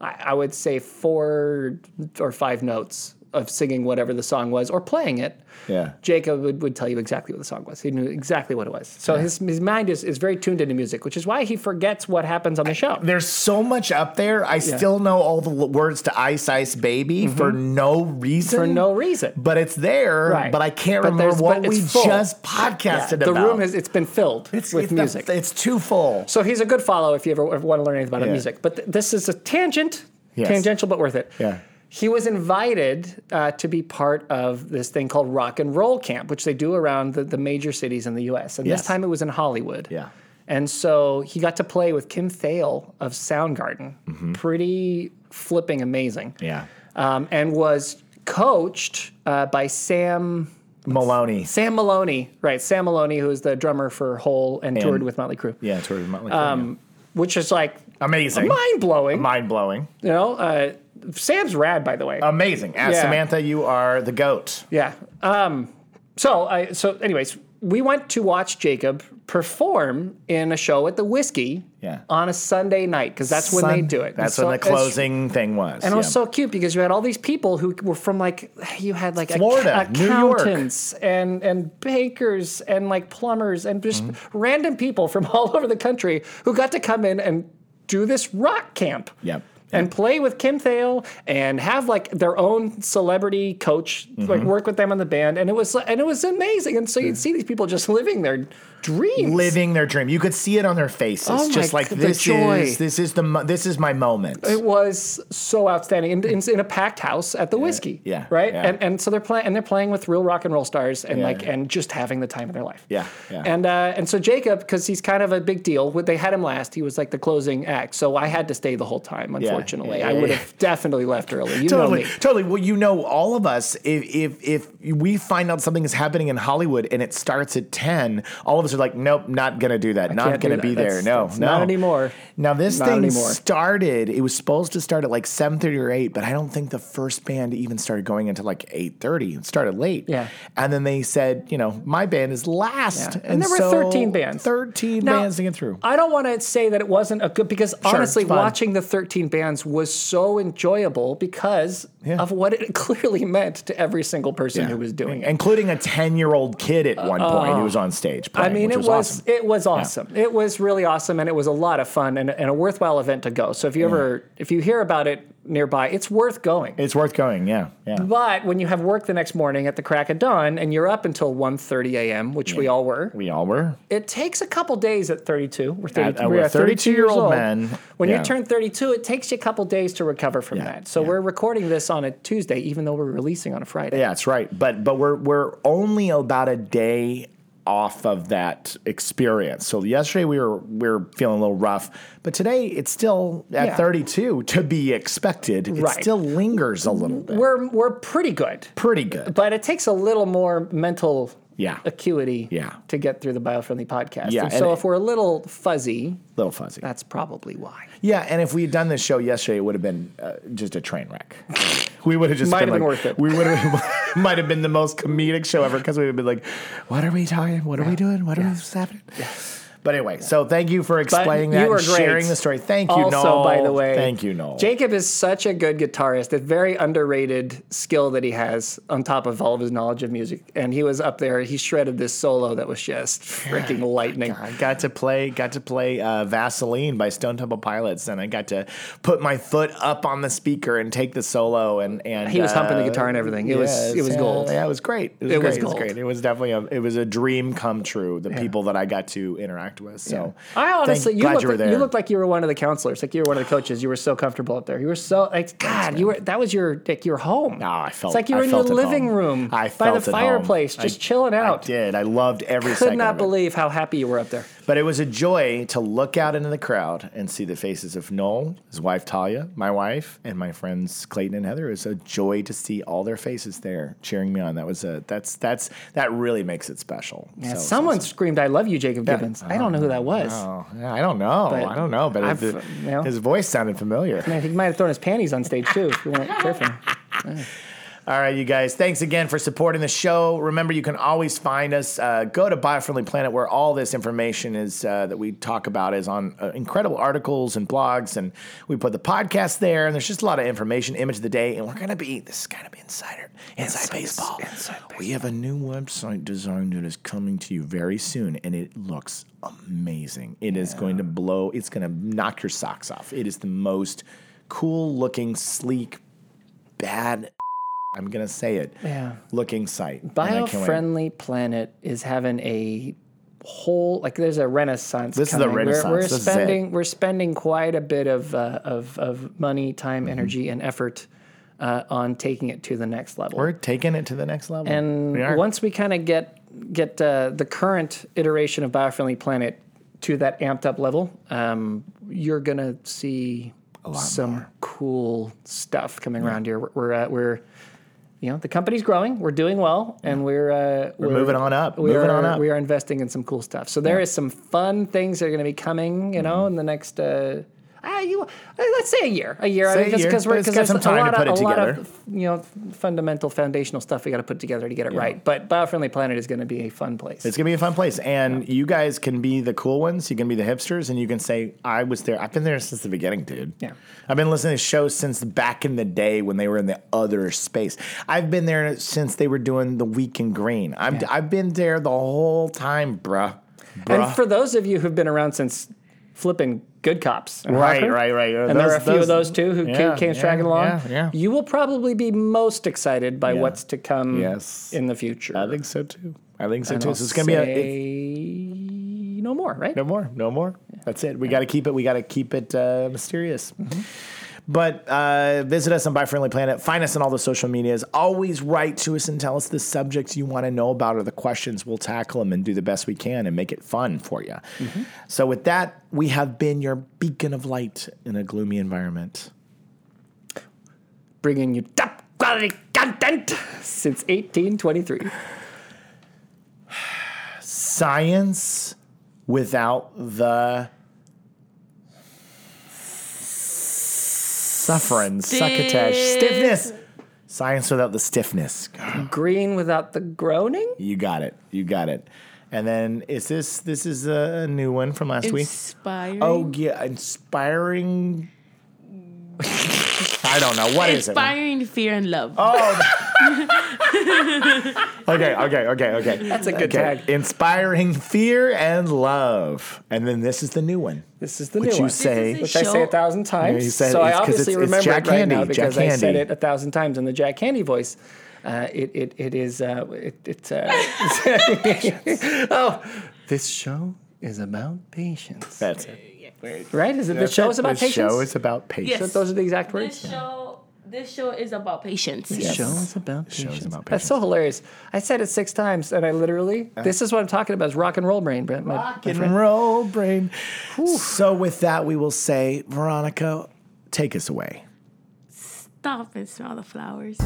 B: I, I would say four or five notes of singing whatever the song was or playing it.
C: Yeah.
B: Jacob would, would tell you exactly what the song was. He knew exactly what it was. So his, his mind is, is very tuned into music, which is why he forgets what happens on the show.
C: There's so much up there. I still know all the l- words to Ice Ice Baby for no reason.
B: Mm-hmm. for no reason.
C: But it's there.
B: Right.
C: But I can't
B: But
C: remember
B: there's-
C: what
B: but
C: we
B: it's full.
C: just podcasted
B: the
C: about.
B: room has it's been filled
C: it's,
B: with
C: it's the-
B: music.
C: it's too full.
B: So he's a good follow if you ever, want to learn anything about
C: Yeah.
B: music. But th- this is a tangent,
C: Yes.
B: tangential but worth it.
C: Yeah.
B: He was invited uh, to be part of this thing called Rock and Roll Camp, which they do around the, the major cities in the U.S. And
C: Yes.
B: this time it was in Hollywood.
C: Yeah.
B: And so he got to play with Kim Thale of Soundgarden.
C: Mm-hmm.
B: Pretty flipping amazing.
C: Yeah.
B: Um, and was coached uh, by Sam
C: Maloney.
B: Sam Maloney, right? Sam Maloney, who is the drummer for Hole and, toured with Motley Crue.
C: Yeah, it's Motley Crue.
B: Um, which is like
C: amazing.
B: mind blowing.
C: Mind blowing.
B: You know, uh, Sam's rad, by the way.
C: Oh. Amazing. As
B: Yeah.
C: Samantha, you are the goat.
B: yeah. Um, so I so anyways, we went to watch Jacob perform in a show at the Whiskey
C: Yeah.
B: on a Sunday night because that's when they
C: Son-
B: do it. And
C: That's
B: so
C: when the
B: it's-
C: closing thing was.
B: And it was
C: yeah.
B: so cute because you had all these people who were from like you had like acc-
C: Florida, New York.
B: accountants and and bakers and like plumbers and just
C: Mm-hmm.
B: random people from (laughs) all over the country who got to come in and do this rock camp.
C: Yep.
B: And play with Kim Thale and have like their own celebrity coach like
C: Mm-hmm.
B: work with them in the band and it was and it was amazing and so you'd see these people just living their dreams.
C: living their dream. You could see it on their faces,
B: Oh my
C: just like
B: God, the
C: this
B: joy.
C: is this is the mo- this is my moment.
B: It was so outstanding in, in, in a packed house at the whiskey.
C: yeah,
B: Right.
C: yeah.
B: And and so they're playing and they're playing with real rock and roll stars and
C: Yeah.
B: like and just having the time of their life.
C: Yeah, yeah.
B: And uh, and so Jacob, because he's kind of a big deal, when they had him last. He was like the closing act. So I had to stay the whole time. Unfortunately,
C: yeah,
B: I
C: yeah,
B: would
C: yeah.
B: have definitely left early. You
C: Totally,
B: know me.
C: totally. Well, you know, all of us, if, if if we find out something is happening in Hollywood and it starts at ten, all of us are like, nope, not gonna do that, not
B: can't do
C: gonna
B: that.
C: be there.
B: That's-
C: no,
B: that's
C: no,
B: not anymore.
C: Now this
B: Not
C: thing
B: anymore.
C: started. It was supposed to start at like seven thirty or eight, but I don't think the first band even started going until like eight thirty. It started late.
B: Yeah.
C: and then they said, you know, my band is last,
B: Yeah. And there were 13 bands.
C: thirteen
B: Now,
C: bands to get through.
B: I don't want to say that it wasn't a good because honestly,
C: it's fine.
B: watching the 13 bands was so enjoyable because
C: Yeah.
B: of what it (laughs) clearly meant to every single person
C: Yeah.
B: who was doing it.
C: including a ten-year-old kid at one point who was on stage. Playing,
B: I mean,
C: which
B: it
C: was,
B: was,
C: awesome.
B: it was awesome. It was really awesome, and it was a lot of fun and, and a worthwhile event to go. So if you ever if you hear about it nearby, it's worth going.
C: It's worth going. Yeah, yeah.
B: but when you have work the next morning at the crack of dawn and you're up until 1.30 a.m., which we all were,
C: We all were.
B: it takes a couple days at 32. We're 32.
C: uh,
B: we
C: we're
B: are 32 years
C: 32-year-old
B: old.
C: men.
B: When
C: Yeah.
B: you turn 32, it takes you a couple days to recover from that. So
C: yeah.
B: we're recording this on a Tuesday, even though we're releasing on a Friday.
C: Yeah, that's right. But but we're we're only about a day off of that experience. So yesterday we were we were feeling a little rough, but today it's still at
B: Yeah.
C: 32 to be expected. It
B: Right.
C: still lingers a little bit.
B: We're we're pretty good.
C: pretty good.
B: but it takes a little more mental
C: Yeah.
B: acuity
C: Yeah.
B: to get through the biofriendly podcast.
C: Yeah,
B: and
C: and
B: so
C: it-
B: if we're a little fuzzy,
C: little fuzzy.
B: that's probably why.
C: Yeah, and if we had done this show yesterday, it would have been uh, just a train
B: (laughs)
C: wreck. We would have just
B: Might
C: been
B: have been
C: like-
B: worth it.
C: We would have (laughs) might have been the most comedic show ever because we would have been like, "What are we talking? What are we doing? What are what's happening?" But anyway, so thank you for explaining
B: you
C: that,
B: were
C: and sharing
B: great.
C: the story. Thank you,
B: also,
C: Noel.
B: by the way,
C: thank you, Noel.
B: Jacob is such a good guitarist. A very underrated skill that he has on top of all of his knowledge of music. And he was up there. He shredded this solo that was just freaking lightning.
C: I got to play got to play uh, Vaseline by Stone Temple Pilots, and I got to put my foot up on the speaker and take the solo, and and
B: He was humping the
C: uh,
B: guitar and everything. It was it
C: Yes,
B: was
C: yeah,
B: gold.
C: Yeah, it was great. It was
B: It
C: great.
B: was
C: It was
B: gold.
C: great. It was definitely a it was a dream come true. The people that I got to interact with. So
B: I
C: thank-
B: honestly, you
C: glad
B: looked,
C: you were there.
B: looked like you were one of the counselors, like you were one of the coaches. You were so comfortable up there. You were so like God. you were that was your like your home.
C: Oh, I felt
B: it's like you were
C: I
B: in your
C: felt at
B: living
C: home.
B: room
C: I
B: by
C: felt
B: the
C: at home.
B: fireplace,
C: I-
B: just chilling
C: I
B: out.
C: did. I loved
B: (laughs)
C: every
B: Could
C: second.
B: not
C: of it.
B: believe how happy you were up there.
C: But it was a joy to look out into the crowd and see the faces of Noel, his wife Talia, my wife, and my friends Clayton and Heather. It was a joy to see all their faces there cheering me on. That was a that's that's that really makes it special.
B: Yeah,
C: So- so-
B: someone screamed, "I love you, Jacob Gibbons." I don't know who that was.
C: Oh, yeah, I don't know. I don't know, but
B: I've,
C: it,
B: you know.
C: his voice sounded familiar. (laughs)
B: I think he might have thrown his panties on stage too. If you weren't careful.
C: All right, you guys. Thanks again for supporting the show. Remember, you can always find us. Uh, go to Biofriendly Planet, where all this information is uh, that we talk about is on uh, incredible articles and blogs, and we put the podcast there. And there's just a lot of information, image of the day, and we're gonna be this is gonna be insider, inside, baseball. We have a new website design that is coming to you very soon, and it looks amazing. It is going to blow. It's gonna knock your socks off. It is the most cool looking, sleek, bad (laughs) I'm gonna say it.
B: Yeah.
C: Looking site. And I can't wait.
B: Bio-friendly planet is having a whole like there's a renaissance.
C: This is the
B: coming. We're-
C: renaissance.
B: We're,
C: This is it.
B: spending we're spending quite a bit of uh, of of money, time,
C: Mm-hmm.
B: energy, and effort uh, on taking it to the next level.
C: We're taking it to the next level.
B: and
C: we are.
B: once we kind of get get uh, the current iteration of biofriendly planet to that amped up level, um, you're gonna see some cool stuff coming around here. We're we're, uh, we're you know the company's growing, we're doing well, and we're uh, we're,
C: moving on up,
B: We
C: moving
B: are,
C: on up.
B: We are investing in some cool stuff. So there is some fun things that are gonna be coming. You
C: Mm-hmm.
B: know, in the next. Uh, Ah, you, uh, let's say a year, a year.
C: Say a
B: I mean, just
C: year,
B: because
C: but
B: we're
C: it's
B: because
C: got
B: there's
C: some time
B: a lot
C: to put it
B: of, a lot
C: together.
B: of you know fundamental foundational stuff we got to put together to get it right but biofriendly planet is going to be a fun place
C: it's gonna be a fun place. And you guys can be the cool ones, you can be the hipsters, and you can say, I was there. I've been there since the beginning, dude.
B: Yeah.
C: I've been listening to shows since back in the day when they were in the other space. I've been there since they were doing the week in green. I'm, I've been there the whole time, bruh.
B: and
C: Bruh.
B: for those of you who've been around since flipping good cops and
C: Right,
B: Harper,
C: right, right.
B: and there are a
C: Those-
B: few of
C: those-
B: those too who
C: yeah,
B: came, came
C: yeah,
B: straggling along
C: yeah, yeah.
B: you will probably be most excited by what's to come
C: Yes.
B: in the future
C: I think so too. I think so
B: And
C: too.
B: I'll
C: So it's gonna be a. it's-
B: say no more right
C: No more. No more. That's it. We got to keep it. We got to keep it uh, mysterious. But uh, visit us on Buy Friendly Planet. Find us on all the social medias. Always write to us and tell us the subjects you want to know about or the questions. We'll tackle them and do the best we can and make it fun for you. So, with that, we have been your beacon of light in a gloomy environment.
B: bringing you top quality content since 1823
C: Science without the suffering, succotash, stiffness. Science without the stiffness.
B: green without the groaning
C: You got it. You got it. And then is this this is a new one from last week?
D: Inspiring.
C: Oh yeah, inspiring. I don't know what is it.
D: Inspiring fear and love.
C: Oh. okay, okay, okay, okay. That's
B: a good tag.
C: Inspiring fear and love. And then this is the new one.
B: this is the
C: Which
B: new
C: you
B: one.
C: say
D: This is
B: which I say a
D: Show-
B: thousand times.
C: you said
B: so I
C: it's 'cause
B: obviously
C: it's- it's
B: remember
C: Jack
B: it right now
C: Handy, Jack
B: because I said
C: Handy.
B: it a thousand times in the Jack Handy voice. Uh, it, it, it is, uh, it, it, uh, oh, this show is about patience.
C: that's it.
B: Right? Is it the show is about
C: the
B: patience?
C: show is Oh, about patience.
D: Yes.
B: Those are the exact words?
D: this show, this show is about patience.
B: The Show is about
C: show is
B: patience.
C: about
B: That's so hilarious. I said it six times and I literally,
C: Uh-huh.
B: this is what I'm talking about is rock and roll brain, Brent. my- my
C: Rock and
B: friend.
C: roll brain. So with that, we will say, Veronica, take us away.
D: Stop and smell the flowers.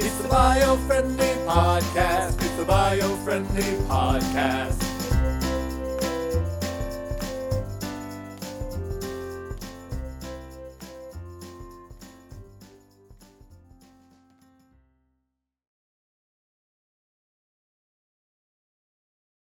A: It's the bio friendly podcast. It's the bio friendly podcast.